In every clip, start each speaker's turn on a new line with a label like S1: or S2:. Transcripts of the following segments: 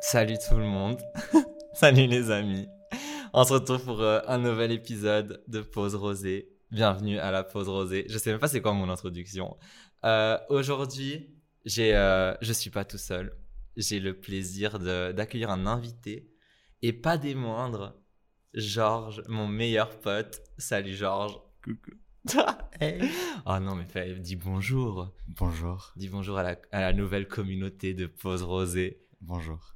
S1: Salut tout le monde. Salut les amis. On se retrouve pour euh, un nouvel épisode de Pause Rosée. Bienvenue à la Pause Rosée. Je sais même pas c'est quoi mon introduction. Euh, Aujourd'hui, j'ai, euh, je suis pas tout seul. J'ai le plaisir de- d'accueillir un invité et pas des moindres, Georges, mon meilleur pote. Salut Georges.
S2: Coucou.
S1: oh non mais fais- dis bonjour.
S2: Bonjour.
S1: Dis bonjour à la, à la nouvelle communauté de Pause Rosée.
S2: Bonjour.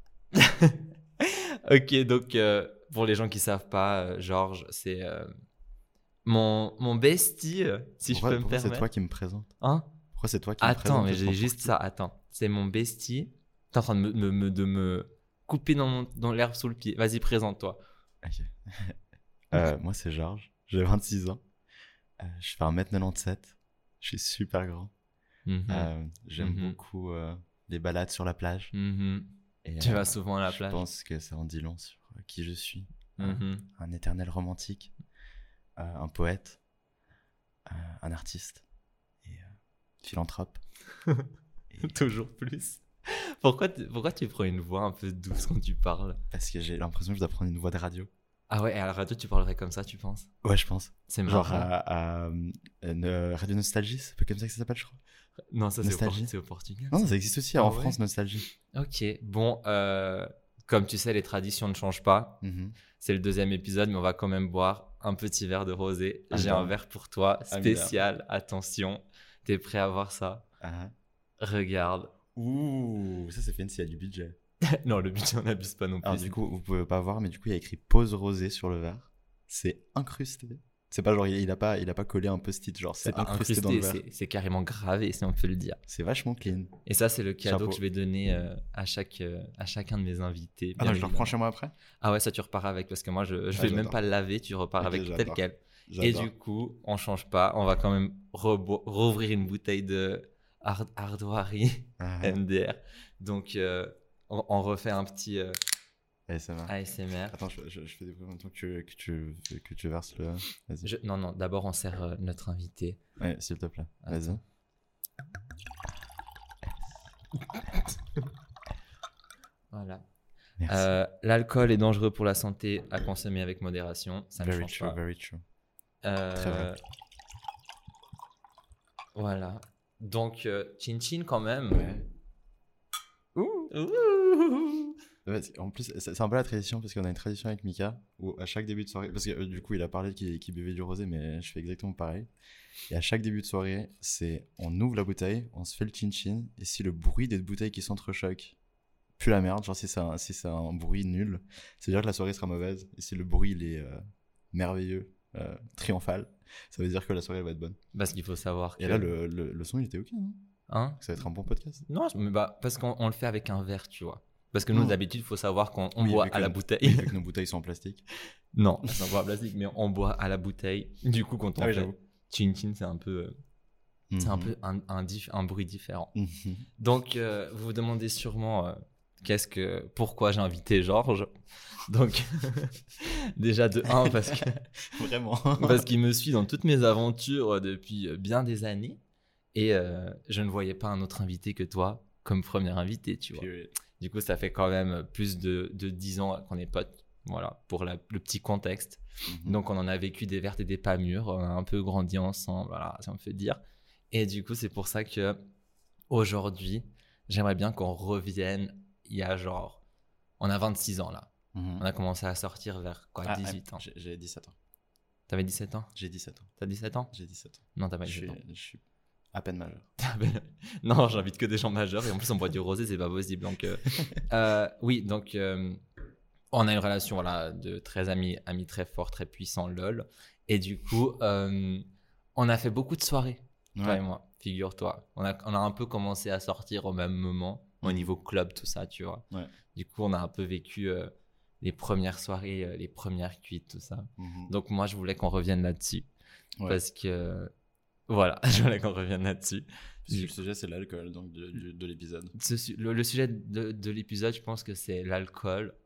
S1: Ok, donc euh, pour les gens qui savent pas, euh, Georges, c'est euh, mon, mon bestie, euh, si
S2: pourquoi
S1: je peux me
S2: pourquoi
S1: permettre.
S2: c'est toi qui me présente
S1: Hein
S2: Pourquoi c'est toi qui me
S1: attends,
S2: présente
S1: mais
S2: ton
S1: j'ai juste ça, attends. C'est mon bestie. T'es en train de me, me- me- de me couper dans, mon- dans l'herbe sous le pied. Vas-y, présente-toi.
S2: profil Ok. Euh, moi, c'est Georges. J'ai 26 ans. Euh, je fais 1m97. Je suis super grand.
S1: Mhm,
S2: Euh, J'aime
S1: Mhm.
S2: beaucoup euh, les balades sur la plage.
S1: mhm.
S2: Et,
S1: Tu
S2: euh,
S1: vas souvent à la
S2: Je
S1: plage.
S2: pense hein. que ça en dit long sur euh, qui je suis.
S1: Mhm.
S2: Un éternel romantique. euh, un poète. euh, un artiste. Et euh, philanthrope. Et-
S1: Toujours plus. pourquoi, tu- pourquoi tu prends une voix un peu douce quand tu parles
S2: parce que j'ai l'impression que je dois prendre une voix de radio.
S1: Ah ouais, et à la radio, tu parlerais comme ça, tu penses
S2: Ouais, je pense.
S1: C'est marrant.
S2: Genre à, à, euh, ne- Radio Nostalgie, c'est pas comme ça que ça s'appelle, je crois.
S1: non, ça c'est au, Por-
S2: euh, Nostalgie.
S1: c'est au Portugal.
S2: Non, non, ça existe aussi
S1: Ah
S2: en
S1: ouais
S2: France, Nostalgie.
S1: Ok, bon, euh, comme tu sais, les traditions ne changent pas.
S2: Mhm.
S1: C'est le deuxième épisode, mais on va quand même boire un petit verre de rosé.
S2: Ah
S1: J'ai
S2: bien.
S1: un verre pour toi,
S2: Ah bien.
S1: spécial. Attention, t'es prêt à voir ça
S2: Ah.
S1: Regarde.
S2: Ouh, ça c'est fancy, il y a du budget.
S1: non, le but, on n'abuse pas non plus.
S2: Alors du coup, vous pouvez pas voir, mais du coup, il y a écrit pause rosée sur le verre. C'est incrusté. C'est pas genre, il, il a pas, il a pas collé un post-it, genre
S1: c'est
S2: c'est
S1: pas
S2: incrusté, dans le
S1: incrusté,
S2: verre.
S1: c'est- c'est carrément gravé, si on peut le dire.
S2: C'est vachement clean.
S1: Et ça, c'est le cadeau
S2: Chapeau.
S1: que je vais donner euh, à, chaque, euh, à chacun de mes invités.
S2: Ah
S1: bien
S2: non, je le
S1: évidemment.
S2: reprends chez moi après.
S1: Ah ouais, ça, tu repars avec, parce que moi, je, je
S2: Ah,
S1: vais même
S2: j'adore.
S1: pas le laver, tu repars
S2: Ok,
S1: avec tel
S2: j'adore.
S1: quel. Et
S2: J'adore.
S1: du coup, on change pas. On va quand même rebo- rouvrir une bouteille de hard Ardoirie
S2: Ah,
S1: MDR. Donc, euh, on, on refait un petit euh,
S2: allez, ça
S1: ah.
S2: va.
S1: ASMR.
S2: Attends, je, je- je fais des bruits en même temps que tu, que tu, que tu verses le. Vas-y.
S1: Je- non, non, d'abord, on sert euh, notre invité.
S2: Ouais, s'il te plaît. Vas-y.
S1: Attends. Voilà.
S2: Merci.
S1: Euh, L'alcool est dangereux pour la santé à consommer avec modération. Ça ne
S2: very
S1: change
S2: true,
S1: pas.
S2: very true.
S1: Euh,
S2: Très vrai.
S1: Voilà. Donc, euh, Chin Chin, quand même.
S2: Ouais.
S1: Ouh. Ouh.
S2: Ouais, c'est- en plus, c'est c'est un peu la tradition parce qu'on a une tradition avec Mika où à chaque début de soirée, parce que euh, du coup il a parlé qu'il qu'il buvait du rosé, mais je fais exactement pareil. Et à chaque début de soirée, c'est on ouvre la bouteille, on se fait le chin chin, et si le bruit des bouteilles qui s'entrechoquent pue la merde, genre si c'est un, si c'est un bruit nul, c'est à dire que la soirée sera mauvaise. Et si le bruit il est euh, merveilleux, euh, triomphal, ça veut dire que la soirée elle va être bonne.
S1: Parce qu'il faut savoir que.
S2: Et là le, le, le son il était ok, non
S1: Hein
S2: ça va être un bon podcast.
S1: Non, je- mais bah, parce qu'on on le fait avec un verre, tu vois. Parce que nous,
S2: Non.
S1: d'habitude, il faut savoir qu'on on
S2: Oui,
S1: boit
S2: vu
S1: à la
S2: que-
S1: bouteille.
S2: Vu que nos bouteilles sont en plastique.
S1: non, c'est un boire plastique, mais on boit à la bouteille. Du coup, quand on fait chin chin, c'est un peu, euh, c'est un, peu un, un diff- un bruit différent.
S2: Mhm.
S1: Donc, euh, vous vous demandez sûrement euh, qu'est-ce que, pourquoi j'ai invité Georges. Donc, déjà de 1, parce que
S2: Vraiment.
S1: parce qu'il me suit dans toutes mes aventures euh, depuis bien des années. Et euh, je ne voyais pas un autre invité que toi comme premier invité, tu vois. Du coup, ça fait quand même plus de, de 10 ans qu'on est potes. Voilà, pour la- le petit contexte.
S2: Mhm.
S1: Donc, on en a vécu des vertes et des pas mûres. On a un peu grandi ensemble, voilà, si on peut dire. Et du coup, c'est pour ça que aujourd'hui, j'aimerais bien qu'on revienne. Il y a genre. On a 26 ans là.
S2: Mhm.
S1: On a commencé à sortir vers
S2: Ah,
S1: quoi 18 ans.
S2: J'ai 17 ans.
S1: T'avais 17 ans
S2: J'ai 17 ans.
S1: T'as 17 ans
S2: J'ai 17 ans.
S1: Non, t'as pas
S2: je,
S1: 17
S2: suis,
S1: ans.
S2: je suis à peine majeur.
S1: Ben, non, j'invite que des gens majeurs et en plus on boit du rosé, c'est pas possible. Donc, euh, euh, oui, donc euh, on a une relation voilà, de très amis, amis très forts, très puissants, lol. Et du coup, euh, on a fait beaucoup de soirées, toi et moi, figure-toi. On a, on a un peu commencé à sortir au même moment, au niveau club, tout ça, tu vois.
S2: Mm. Ouais.
S1: Du coup, on a un peu vécu euh, les premières soirées, euh, les premières cuites, tout ça.
S2: Mhm.
S1: Donc, moi, je voulais qu'on revienne là-dessus
S2: Ouais.
S1: parce que. Voilà, je voulais qu'on revienne là-dessus.
S2: Puisque le sujet, c'est l'alcool donc de, du- de l'épisode.
S1: Ce su- le, le sujet de, de l'épisode, je pense que c'est l'alcool,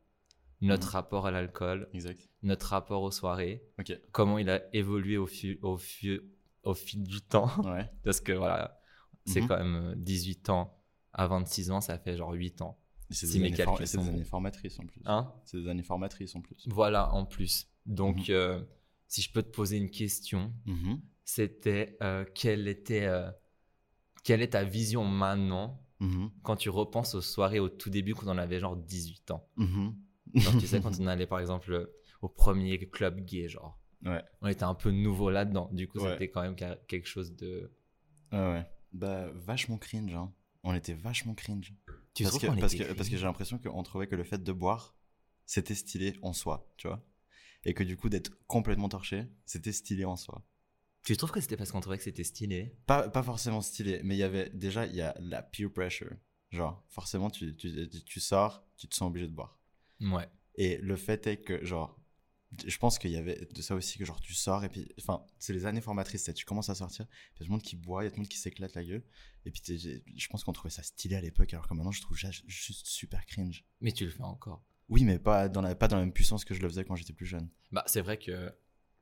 S1: notre
S2: Mhm.
S1: rapport à l'alcool,
S2: Exact.
S1: notre rapport aux soirées,
S2: Ok.
S1: comment il a évolué au, fil- au, fil- au fil du temps.
S2: Ouais.
S1: Parce que voilà, c'est
S2: Mhm.
S1: quand même euh, 18 ans à 26 ans, ça fait genre 8 ans.
S2: Et C'est
S1: Si
S2: des,
S1: mes
S2: années
S1: calculs
S2: for- et c'est
S1: sont
S2: des
S1: bons.
S2: années formatrices en plus.
S1: Hein
S2: C'est des années formatrices en plus.
S1: Voilà, en plus. Donc,
S2: Mhm.
S1: euh, si je peux te poser une question,
S2: Mhm.
S1: c'était euh, quelle était euh, quelle est ta vision maintenant
S2: Mhm.
S1: quand tu repenses aux soirées au tout début quand on avait genre 18 ans
S2: Mhm.
S1: Genre, tu sais, quand on allait par exemple euh, au premier club gay, genre.
S2: Ouais.
S1: On était un peu nouveau là-dedans. Du coup,
S2: Ouais.
S1: c'était quand même ca- quelque chose de.
S2: Ouais, ouais. Bah, vachement cringe, hein. On était vachement cringe.
S1: Tu
S2: parce
S1: trouves
S2: que,
S1: qu'on
S2: parce
S1: était
S2: que, parce que
S1: cringe
S2: j'ai l'impression qu'on trouvait que le fait de boire, c'était stylé en soi, tu vois. Et que du coup, d'être complètement torché, c'était stylé en soi.
S1: Tu trouves que c'était parce qu'on trouvait que c'était stylé
S2: Pas, pas forcément stylé, mais il y avait déjà, il y a la peer pressure. Genre, forcément, tu, tu, tu sors, tu te sens obligé de boire.
S1: Ouais.
S2: Et le fait est que, genre, je pense qu'il y avait de ça aussi que, genre, tu sors et puis, enfin, c'est les années formatrices, c'est- tu commences à sortir, il y a tout le monde qui boit, il y a tout le monde qui s'éclate la gueule. Et puis, t'es- je pense qu'on trouvait ça stylé à l'époque, alors que maintenant, je trouve ça juste super cringe.
S1: Mais tu le fais encore.
S2: Oui, mais pas dans la, pas dans la même puissance que je le faisais quand j'étais plus jeune.
S1: Bah, c'est vrai que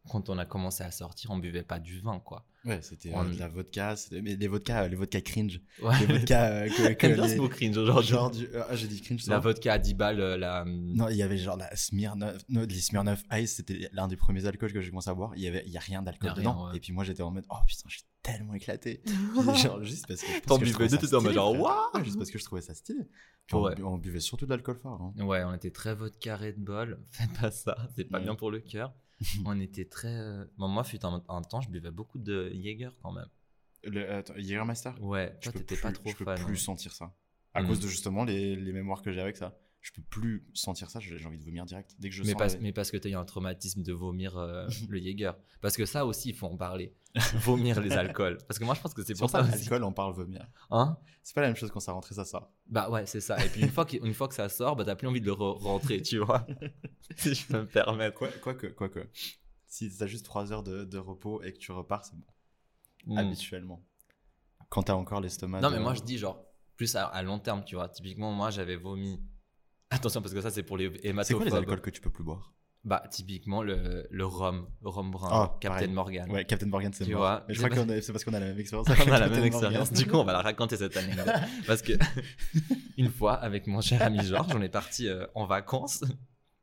S1: quand on a commencé à sortir, on buvait pas du vin, quoi.
S2: Ouais, c'était
S1: On-
S2: euh, de la vodka, c'était- mais les vodkas, euh, les vodkas cringe.
S1: Ouais.
S2: Les vodkas euh, que, que
S1: J'aime bien
S2: les-
S1: ce mot cringe aujourd'hui.
S2: genre du- ah, j'ai dit cringe,
S1: La
S2: ça.
S1: vodka à 10 balles, euh, la.
S2: Non, il y avait genre la Smirnoff, non, les Smirnoff Ice, c'était l'un des premiers alcools que j'ai commencé à boire. Il y avait, il y a rien
S1: Y
S2: d'alcool
S1: a rien,
S2: dedans.
S1: ouais.
S2: Et puis moi, j'étais en mode, oh putain, je suis tellement éclaté. Puis genre juste parce que. je pense
S1: T'en
S2: que je
S1: buvais
S2: trouvais
S1: deux,
S2: ça
S1: t'étais en mode
S2: stylé,
S1: genre,
S2: frère.
S1: Waouh
S2: Ouais, Juste parce que je trouvais ça stylé. Puis on,
S1: Ouais.
S2: bu- on buvait surtout de l'alcool fort. hein.
S1: Ouais, on était très vodka Red Bull. Faites pas ça, c'est pas
S2: Ouais.
S1: bien pour le cœur. on était très. euh, Bon, moi, fut un, un temps, je buvais beaucoup de Jaeger quand même.
S2: Le, attends, Jägermeister.
S1: Ouais,
S2: Je
S1: toi,
S2: peux
S1: t'étais pas
S2: plus-
S1: trop
S2: Je peux
S1: fan.
S2: plus
S1: hein.
S2: sentir ça. À
S1: Mm.
S2: cause de justement les, les mémoires que j'ai avec ça. Je peux plus sentir ça. J'ai j'ai envie de vomir direct. Dès que je
S1: mais,
S2: sens.
S1: parce,
S2: la-
S1: mais parce que t'as eu un traumatisme de vomir euh, le Jaeger. Parce que ça aussi, il faut en parler. Vomir les alcools. Parce que moi, je pense que c'est
S2: Sur
S1: pour ça aussi.
S2: l'alcool, on parle vomir.
S1: Hein
S2: C'est pas la même chose quand ça rentrait, ça sort.
S1: bah ouais, c'est ça. Et puis une fois, que, une fois que ça sort, bah t'as plus envie de le re- rentrer, tu vois. si je peux me permettre.
S2: Quoi, quoi que, quoi que. Si t'as juste 3 heures de, de repos et que tu repars, c'est bon.
S1: Mm.
S2: Habituellement. Quand t'as encore l'estomac.
S1: Non,
S2: de-
S1: mais moi, je dis genre, plus à, à long terme, tu vois. Typiquement, moi, j'avais vomi. Attention, parce que ça, c'est pour les
S2: C'est quoi
S1: hématophobes.
S2: les alcools que tu peux plus boire
S1: Bah, typiquement, le, le rhum, le rhum brun,
S2: Ah,
S1: Captain
S2: pareil.
S1: Morgan.
S2: Ouais, Captain Morgan, c'est
S1: Tu
S2: mort.
S1: vois,
S2: mais je
S1: c'est
S2: crois
S1: pas-
S2: qu'on a- c'est parce qu'on a la même expérience.
S1: On a la
S2: Captain
S1: même
S2: Morgan.
S1: expérience. Du coup, on va la raconter cette anecdote. Parce que une fois, avec mon cher ami Georges, on est parti euh, en vacances.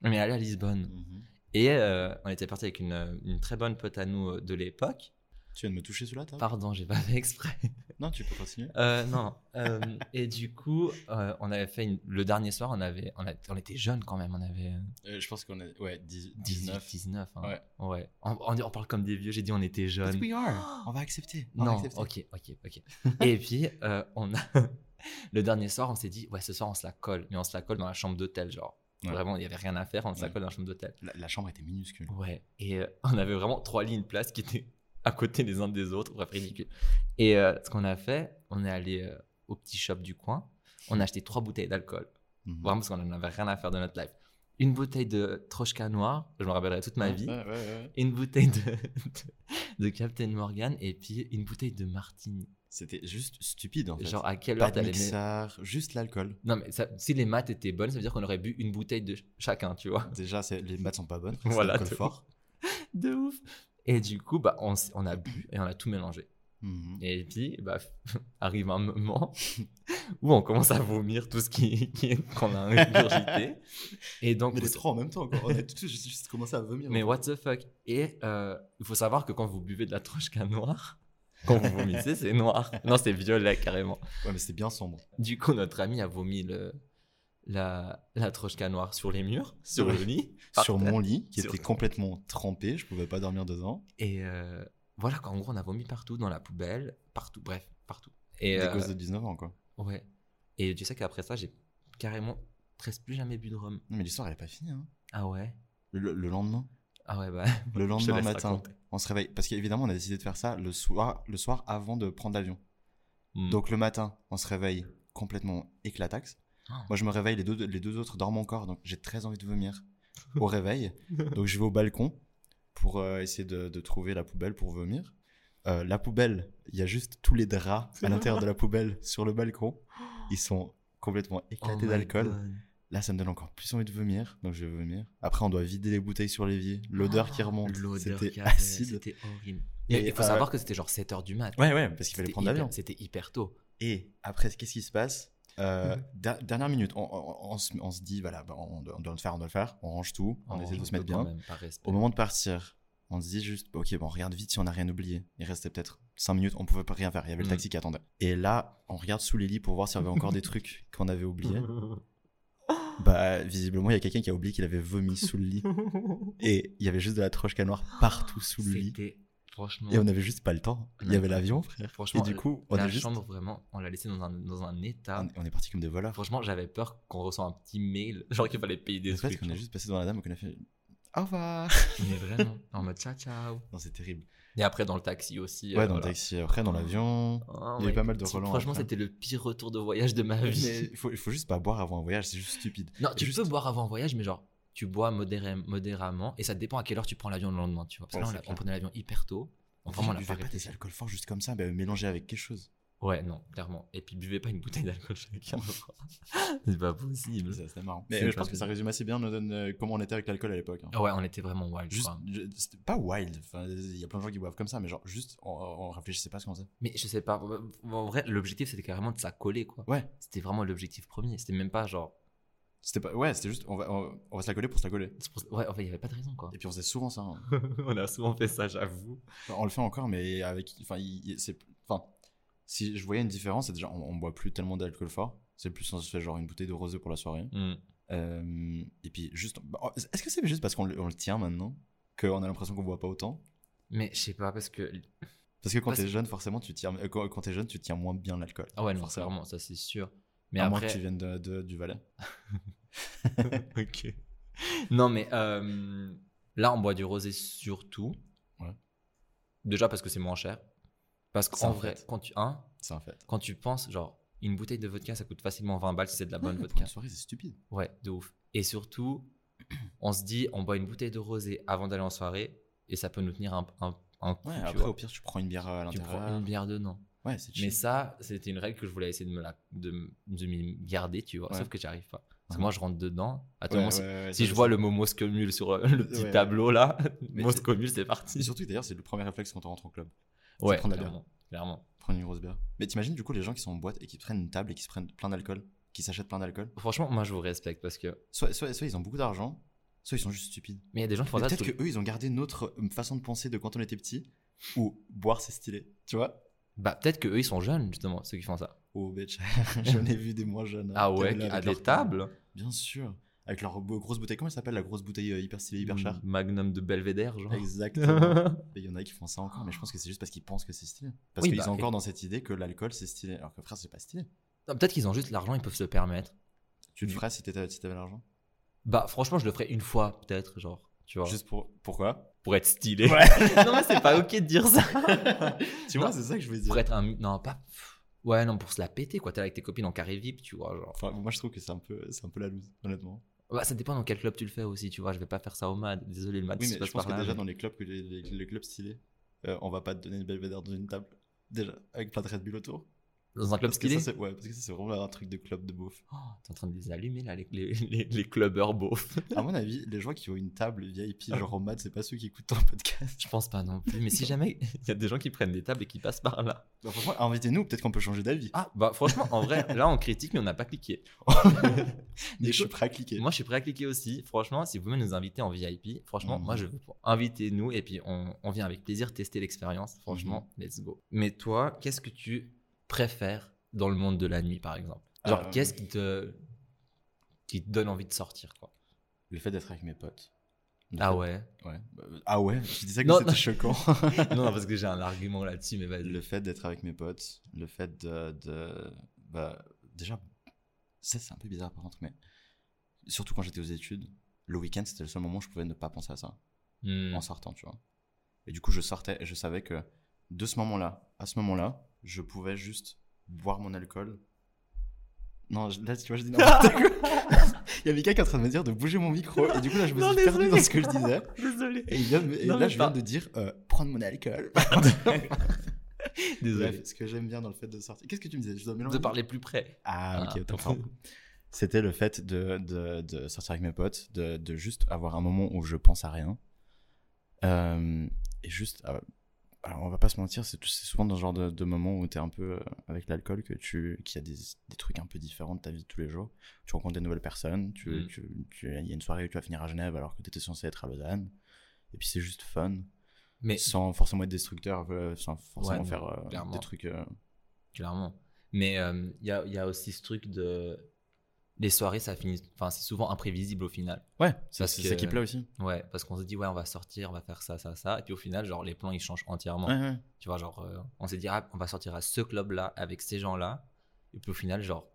S1: On est allé à Lisbonne.
S2: Mhm.
S1: Et euh, on était parti avec une, une très bonne pote à nous euh, de l'époque.
S2: Tu viens de me toucher sous la table
S1: Pardon, j'ai pas fait exprès.
S2: Non, tu peux continuer.
S1: Euh, non. Euh, et du coup, euh, on avait fait une- le dernier soir, on avait, on, a- on était jeunes quand même. On avait euh,
S2: Euh, je pense qu'on est. Ouais, 10
S1: 18,
S2: 19.
S1: 19. hein.
S2: Ouais.
S1: Ouais. On, on- on parle comme des vieux. J'ai dit on était
S2: But
S1: jeunes.
S2: we are. On va accepter. on va
S1: Non,
S2: accepter.
S1: ok, ok, ok. Et puis, euh, on a... le dernier soir, on s'est dit, ouais, ce soir, on se la colle. Mais on se la colle dans la chambre d'hôtel, genre.
S2: Ouais.
S1: Vraiment, il n'y avait rien à faire, on se la
S2: Ouais.
S1: colle dans la chambre d'hôtel.
S2: La, la chambre était minuscule.
S1: Ouais. Et euh, on avait vraiment trois lignes de place qui étaient à côté les uns des autres. Bref, ridicule. Et euh, ce qu'on a fait, on est allé euh, au petit shop du coin. On a acheté trois bouteilles d'alcool.
S2: Mhm.
S1: Vraiment, parce qu'on n'en avait rien à faire de notre life. Une bouteille de Trochka noir, je me rappellerai toute ma vie.
S2: Ouais, ouais, ouais.
S1: Une bouteille de, de Captain Morgan et puis une bouteille de Martini.
S2: C'était juste stupide en fait.
S1: Genre à quelle
S2: pas
S1: heure
S2: de
S1: t'allais mettre-
S2: mixeur, juste l'alcool.
S1: Non mais ça- si les maths étaient bonnes, ça veut dire qu'on aurait bu une bouteille de ch- chacun, tu vois.
S2: Déjà, c'est- les maths sont pas bonnes.
S1: Voilà,
S2: Voilà.
S1: de
S2: L'alcool fort.
S1: De ouf. Et du coup, bah, on, s- on a bu et on a tout mélangé.
S2: Mhm.
S1: Et puis, bah, arrive un moment où on commence à vomir tout ce qui qui est- qu'on a ingurgité. Et donc,
S2: Mais les
S1: vous-
S2: trois en même temps, quoi. On a tous juste, juste commencé à vomir.
S1: mais what the fuck. Et euh, il faut savoir que quand vous buvez de la trochka noire, quand vous vomissez, c'est noir. Non, c'est violet carrément.
S2: Ouais, mais c'était bien sombre.
S1: Du coup, notre ami a vomi le, la, la trochka noire sur les murs, sur le lit. par
S2: Sur
S1: terre.
S2: mon lit, qui
S1: Ah, Sur-
S2: était complètement trempé, je pouvais pas dormir dedans.
S1: Et euh, voilà, quoi. en gros, on a vomi partout, dans la poubelle, partout, bref, partout. Et,
S2: des
S1: euh,
S2: causes de 19 ans, quoi.
S1: ouais. Et tu sais qu'après ça, j'ai carrément presque plus jamais bu de rhum.
S2: Non, mais l'histoire, elle est pas finie. Hein.
S1: Ah ouais
S2: Le, le lendemain,
S1: Ah ouais, bah.
S2: le
S1: je te
S2: lendemain
S1: laisse
S2: matin,
S1: raconter.
S2: on se réveille. Parce qu'évidemment, on a décidé de faire ça le soir, le soir avant de prendre l'avion.
S1: Hmm.
S2: Donc le matin, on se réveille complètement éclataxe.
S1: Oh.
S2: Moi, je me réveille, les deux, les deux autres dorment encore, donc j'ai très envie de vomir au réveil. Donc je vais au balcon pour euh, essayer de, de trouver la poubelle pour vomir. Euh, la poubelle, il y a juste tous les draps à l'intérieur de la poubelle sur le balcon. Ils sont complètement
S1: Oh
S2: éclatés
S1: my
S2: d'alcool.
S1: God.
S2: Là, ça me donne encore plus envie de vomir, donc je vais vomir. Après, on doit vider les bouteilles sur l'évier. L'odeur qui
S1: Oh,
S2: remonte,
S1: l'odeur qui
S2: c'était
S1: arrive,
S2: acide.
S1: C'était horrible. Mais
S2: Et,
S1: il faut
S2: euh,
S1: savoir que c'était genre 7h du mat.
S2: Ouais, ouais, parce qu'il fallait
S1: C'était
S2: prendre
S1: hyper-
S2: l'avion.
S1: C'était hyper tôt.
S2: Et après, qu'est-ce qui se passe Euh, der- dernière minute, on, on- on se, on se dit, voilà, bah, on, doit, on doit le faire, on doit le faire, on range tout, on, essaie de se mettre bien. Au moment de partir, on se dit juste, bah, ok, bon, on regarde vite si on n'a rien oublié. Il restait peut-être 5 minutes, on pouvait pas rien faire, il y avait le
S1: Mm.
S2: taxi qui attendait. Et là, on regarde sous les lits pour voir s'il y avait encore des trucs qu'on avait oubliés. Bah, visiblement, il y a quelqu'un qui a oublié qu'il avait vomi sous le lit. Et il y avait juste de la troche canoire partout sous le lit.
S1: C'était franchement.
S2: Et on avait juste pas le temps. Il y
S1: Non.
S2: avait l'avion, frère.
S1: Franchement,
S2: et du coup, on
S1: la
S2: est juste.
S1: chambre, ah. vraiment, on l'a laissée dans un, dans un état.
S2: On on est parti comme des voleurs.
S1: Franchement, j'avais peur qu'on reçoive un petit mail, genre qu'il fallait payer des
S2: En fait,
S1: trucs.
S2: on est juste passé devant la dame et qu'on a fait au revoir.
S1: Mais vraiment, en mode ciao ciao.
S2: Non, c'est terrible.
S1: Et après, dans le taxi aussi.
S2: Ouais,
S1: euh,
S2: dans le
S1: voilà.
S2: taxi, après dans l'avion.
S1: Oh
S2: Il y a eu
S1: my
S2: pas mal de
S1: God.
S2: relents
S1: Franchement,
S2: après. hein.
S1: c'était le pire retour de voyage de ma
S2: Mais
S1: vie.
S2: il faut, il faut juste pas boire avant un voyage, c'est juste stupide.
S1: Non, tu
S2: Juste-
S1: peux boire avant un voyage, mais genre, tu bois modéré- modérément et ça dépend à quelle heure tu prends l'avion le lendemain, tu vois. Parce que
S2: Ouais,
S1: là, on
S2: Oh, c'est
S1: l'a- on,
S2: clair.
S1: prenait l'avion hyper tôt. Donc, vraiment, on l'a
S2: ne
S1: pas
S2: buvez pas
S1: répété.
S2: des alcools forts juste comme ça, mais mélangés avec quelque chose.
S1: Ouais, non, clairement. Et puis, buvez pas une bouteille d'alcool chacun. C'est pas possible.
S2: C'est c'est marrant.
S1: Mm. C'est
S2: Mais euh, je
S1: pas
S2: pense que ça résume assez bien nos- euh, comment on était avec l'alcool à l'époque. hein.
S1: Ah Ouais, on était vraiment wild.
S2: Juste,
S1: quoi.
S2: je- c'était pas wild. Enfin, il y a plein de gens qui boivent comme ça, mais genre juste, on, on réfléchissait pas à ce qu'on faisait.
S1: Mais je sais pas. En vrai, l'objectif, c'était carrément de s'accoler, quoi.
S2: Ouais,
S1: C'était vraiment l'objectif premier. C'était même pas genre.
S2: c'était pas. Ouais, c'était juste, on va, on, on va se la coller pour se la coller.
S1: c'est pour- Ouais, en fait, il y avait pas de raison, quoi.
S2: Et puis on faisait souvent ça. hein.
S1: on a souvent fait ça, j'avoue.
S2: Enfin, on le fait encore, mais avec. Enfin, il- il- c'est. Enfin, si je voyais une différence, c'est déjà, on, on boit plus tellement d'alcool fort. C'est plus, on se fait genre une bouteille de rosé pour la soirée.
S1: Hmm.
S2: Euh, et puis juste. bah, oh, Est-ce que c'est juste parce qu'on le, on le tient maintenant Qu'on a l'impression qu'on boit pas autant
S1: Mais je sais pas, parce que.
S2: Parce que quand
S1: Parce-
S2: t'es jeune, forcément, tu tiens. euh, quand quand t'es jeune, tu tiens moins bien l'alcool.
S1: Ah ouais, non,
S2: Forcément.
S1: clairement, ça c'est sûr. Mais
S2: à moins
S1: après.
S2: que tu viennes de- de- du Valais.
S1: ok. Non, mais euh, là, on boit du rosé surtout.
S2: Ouais.
S1: Déjà parce que c'est moins cher. Parce
S2: C'est
S1: qu'en
S2: un
S1: vrai,
S2: fait.
S1: quand tu, hein,
S2: C'est un fait.
S1: quand tu penses, genre, une bouteille de vodka, ça coûte facilement 20 balles si c'est de la bonne
S2: Ouais, pour
S1: vodka.
S2: une soirée, c'est stupide.
S1: Ouais, de ouf. Et surtout, on se dit, on boit une bouteille de rosé avant d'aller en soirée et ça peut nous tenir un, un, un coup.
S2: Ouais,
S1: tu
S2: après,
S1: vois.
S2: au pire, tu prends une bière à
S1: tu
S2: l'intérieur.
S1: prends une bière dedans.
S2: Ouais, c'est
S1: Mais
S2: chill.
S1: ça, c'était une règle que je voulais essayer de me, la, de, m- de m'y garder, tu vois.
S2: Ouais.
S1: Sauf que j'arrive pas. Parce que
S2: Mhm.
S1: moi, je rentre dedans. À tout
S2: Ouais,
S1: moment, si-
S2: ouais, ouais,
S1: si
S2: ça,
S1: je
S2: ça-
S1: vois le mot Moscomule sur euh, le petit
S2: Ouais.
S1: tableau là,
S2: Mais
S1: Moscomule, c'est
S2: Et
S1: parti.
S2: surtout, d'ailleurs, c'est le premier réflexe quand on rentre en club.
S1: Ouais,
S2: prendre la bière.
S1: clairement. clairement.
S2: Prendre une grosse bière. Mais t'imagines du coup les gens qui sont en boîte et qui prennent une table et qui se prennent plein d'alcool, qui s'achètent plein d'alcool.
S1: Franchement, moi, je vous respecte parce que.
S2: Soit, soit, soit ils ont beaucoup d'argent, soit ils sont juste stupides.
S1: Mais il y a des gens qui font
S2: Mais
S1: ça.
S2: Peut-être
S1: tout-
S2: que eux ils ont gardé notre euh, façon de penser de quand on était petit, où boire c'est stylé, tu vois.
S1: Bah, peut-être que eux, ils sont jeunes, justement, ceux qui font ça.
S2: Oh bitch, j'en ai vu des moins jeunes. hein,
S1: Ah
S2: qui
S1: ouais,
S2: étaient là
S1: à
S2: avec
S1: des
S2: leur table.
S1: tables.
S2: Bien sûr, avec leur beau- grosse bouteille. Comment elle s'appelle la grosse bouteille euh, hyper stylée, hyper chère
S1: Magnum de Belvédère, genre.
S2: Exactement. Et Il y en a qui font ça encore, mais je pense que c'est juste parce qu'ils pensent que c'est stylé. Parce
S1: Oui,
S2: qu'ils
S1: bah,
S2: sont
S1: et-
S2: encore dans cette idée que l'alcool c'est stylé, alors que frère c'est pas stylé.
S1: Non, Peut-être qu'ils ont juste l'argent, ils peuvent se le permettre.
S2: Tu le
S1: Mm.
S2: ferais si t'étais- si t'avais l'argent
S1: Bah, franchement, je le ferais une fois, peut-être, genre. Tu vois,
S2: Juste pour pourquoi
S1: pour être stylé.
S2: Ouais.
S1: non, mais c'est pas ok de dire ça.
S2: Tu vois, c'est ça que je veux dire.
S1: pour être un. Non, pas. Ouais, non, pour se la péter, quoi. T'es avec tes copines en carré VIP, tu vois, genre.
S2: Enfin, moi je trouve que c'est un peu c'est un peu la loose honnêtement.
S1: Bah, ça dépend dans quel club tu le fais aussi, tu vois. Je vais pas faire ça au MAD. Désolé, le MAD,
S2: Oui
S1: si
S2: mais
S1: passe
S2: je pense que
S1: par là,
S2: déjà
S1: mais-
S2: dans les clubs que les, les- les clubs stylés, euh, on va pas te donner une belvédère dans une table déjà avec plein de Red Bull autour.
S1: Dans un club
S2: Parce que
S1: stylé
S2: ça c'est ouais parce que ça c'est vraiment un truc de club de beauf.
S1: Oh, T'es en train de les allumer là, les, les, les, les clubbers beaufs.
S2: À mon avis, les gens qui ont une table VIP genre en mode c'est pas ceux qui écoutent ton podcast.
S1: Je pense pas non plus, mais si jamais il y a des gens qui prennent des tables et qui passent par là.
S2: Bah, franchement, invitez-nous, peut-être qu'on peut changer d'avis.
S1: Ah, bah franchement, en vrai, là on critique, mais on n'a pas cliqué. du
S2: Mais je suis
S1: coup,
S2: prêt à cliquer.
S1: Moi je suis prêt à cliquer aussi. Franchement, si vous voulez nous inviter en VIP, franchement,
S2: Mhm.
S1: moi je veux invitez-nous et puis on, on vient avec plaisir tester l'expérience. Franchement,
S2: Mhm.
S1: let's go. Mais toi, qu'est-ce que tu préfères dans le monde de la nuit par exemple Genre,
S2: Euh,
S1: qu'est-ce qui te, qui te donne envie de sortir quoi
S2: Le fait d'être avec mes potes. Le
S1: Ah
S2: fait-
S1: ouais
S2: Ouais. Bah, euh, Ah ouais, je disais que
S1: Non,
S2: c'était
S1: non.
S2: choquant.
S1: Non, parce que j'ai un argument là-dessus, mais vas-y.
S2: le fait d'être avec mes potes, le fait de. de- bah, déjà, ça c'est un peu bizarre par contre, mais surtout quand j'étais aux études, le week-end c'était le seul moment où je pouvais ne pas penser à ça
S1: Hmm.
S2: en sortant, tu vois. Et du coup, je sortais et je savais que de ce moment-là à ce moment-là, je pouvais juste boire mon alcool. Non, je- là tu vois, je dis n'importe quoi. Il y a Mika qui est en train de me dire de bouger mon micro, et du coup là je me
S1: Non,
S2: suis perdu
S1: désolé.
S2: dans ce que je disais.
S1: Désolé.
S2: Et, il vient de- et
S1: Non,
S2: là,
S1: mais
S2: je viens
S1: pas-
S2: de dire euh, prendre mon alcool.
S1: Désolé.
S2: Bref, ce que j'aime bien dans le fait de sortir. Qu'est-ce que tu me disais Je dois mélanger.
S1: De parler plus près.
S2: Ah, ok,
S1: Ah.
S2: autant pour moi. C'était le fait de, de, de sortir avec mes potes, de, de juste avoir un moment où je pense à rien. Euh, et juste euh, alors on va pas se mentir, c'est tout- c'est souvent dans ce genre de, de moment où t'es un peu euh, avec l'alcool que tu, qu'il y a des, des trucs un peu différents de ta vie de tous les jours. Tu rencontres des nouvelles personnes, tu,
S1: Mm.
S2: tu- tu- il y a une soirée où tu vas finir à Genève alors que t'étais censé être à Lausanne. Et puis c'est juste fun,
S1: Mais
S2: sans forcément être destructeur, voilà, sans forcément
S1: non,
S2: faire euh,
S1: clairement.
S2: des trucs. euh,
S1: clairement. Mais euh, il y, a, y a aussi ce truc de. Les soirées, ça finit. Enfin, c'est souvent imprévisible au final.
S2: Ouais, c'est
S1: Parce
S2: c'est
S1: que-
S2: ça qui plaît aussi.
S1: Ouais, parce qu'on se dit, ouais, on va sortir, on va faire ça, ça, ça. Et puis au final, genre, les plans, ils changent entièrement.
S2: Ouais, ouais.
S1: Tu vois, genre, euh, on s'est dit, ah, on va sortir à ce club-là, avec ces gens-là. Et puis au final, genre.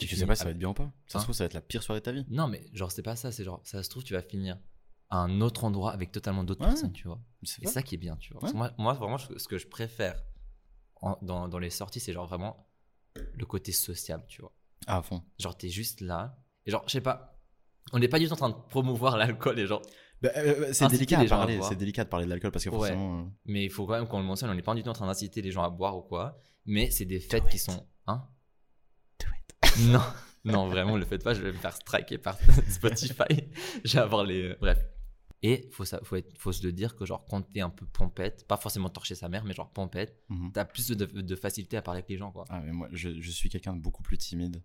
S2: Et tu sais
S1: finis
S2: pas si ça va
S1: avec-
S2: être bien ou pas. Ça
S1: Hein
S2: se trouve, ça va être la pire soirée de ta vie.
S1: Non, mais genre, c'est pas ça. C'est genre, ça se trouve, tu vas finir à un autre endroit avec totalement d'autres
S2: Ouais.
S1: personnes, tu vois.
S2: C'est
S1: Et ça qui est bien, tu vois. Parce
S2: Ouais.
S1: que moi, moi, vraiment, je- ce que je préfère en- dans, dans les sorties, c'est genre vraiment le côté sociable, tu vois.
S2: Ah, à fond.
S1: Genre, t'es juste là. Et genre, je sais pas. On n'est pas du tout en train de promouvoir l'alcool et genre.
S2: Bah, euh, euh, c'est
S1: Inciter
S2: délicat à
S1: les gens à
S2: parler,
S1: boire.
S2: c'est délicat de parler de l'alcool parce que
S1: Ouais.
S2: forcément. euh,
S1: Mais il faut quand même qu'on le mentionne, on n'est pas du tout en train d'inciter les gens à boire ou quoi. Mais c'est des fêtes
S2: it.
S1: qui sont. Hein
S2: Do
S1: Non, non, vraiment, le faites pas, je vais me faire striker par Spotify. je vais avoir les. euh, Bref. Et faut, ça, faut, être, faut se le dire que, genre, quand t'es un peu pompette, pas forcément torcher sa mère, mais genre pompette,
S2: mhm.
S1: t'as plus de, de facilité à parler avec les gens, quoi.
S2: Ah, mais moi, je, je suis quelqu'un de beaucoup plus timide.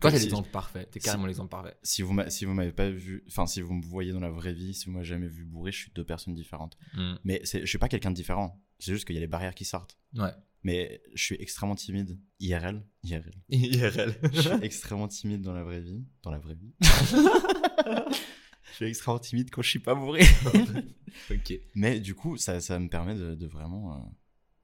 S1: Toi, t'es
S2: Si-
S1: l'exemple parfait. T'es
S2: si-
S1: carrément l'exemple parfait.
S2: Si vous m'a- si vous m'avez pas vu, enfin, si vous me voyez dans la vraie vie, si vous m'avez jamais vu bourré, je suis deux personnes différentes.
S1: Mm.
S2: Mais c'est- je suis pas quelqu'un de différent. C'est juste qu'il y a les barrières qui sortent.
S1: Ouais.
S2: Mais je suis extrêmement timide. IRL. IRL.
S1: IRL.
S2: Je suis extrêmement timide dans la vraie vie. Dans la vraie vie. je suis extrêmement timide quand je suis pas bourré.
S1: ok.
S2: Mais du coup, ça, ça me permet de, de vraiment euh,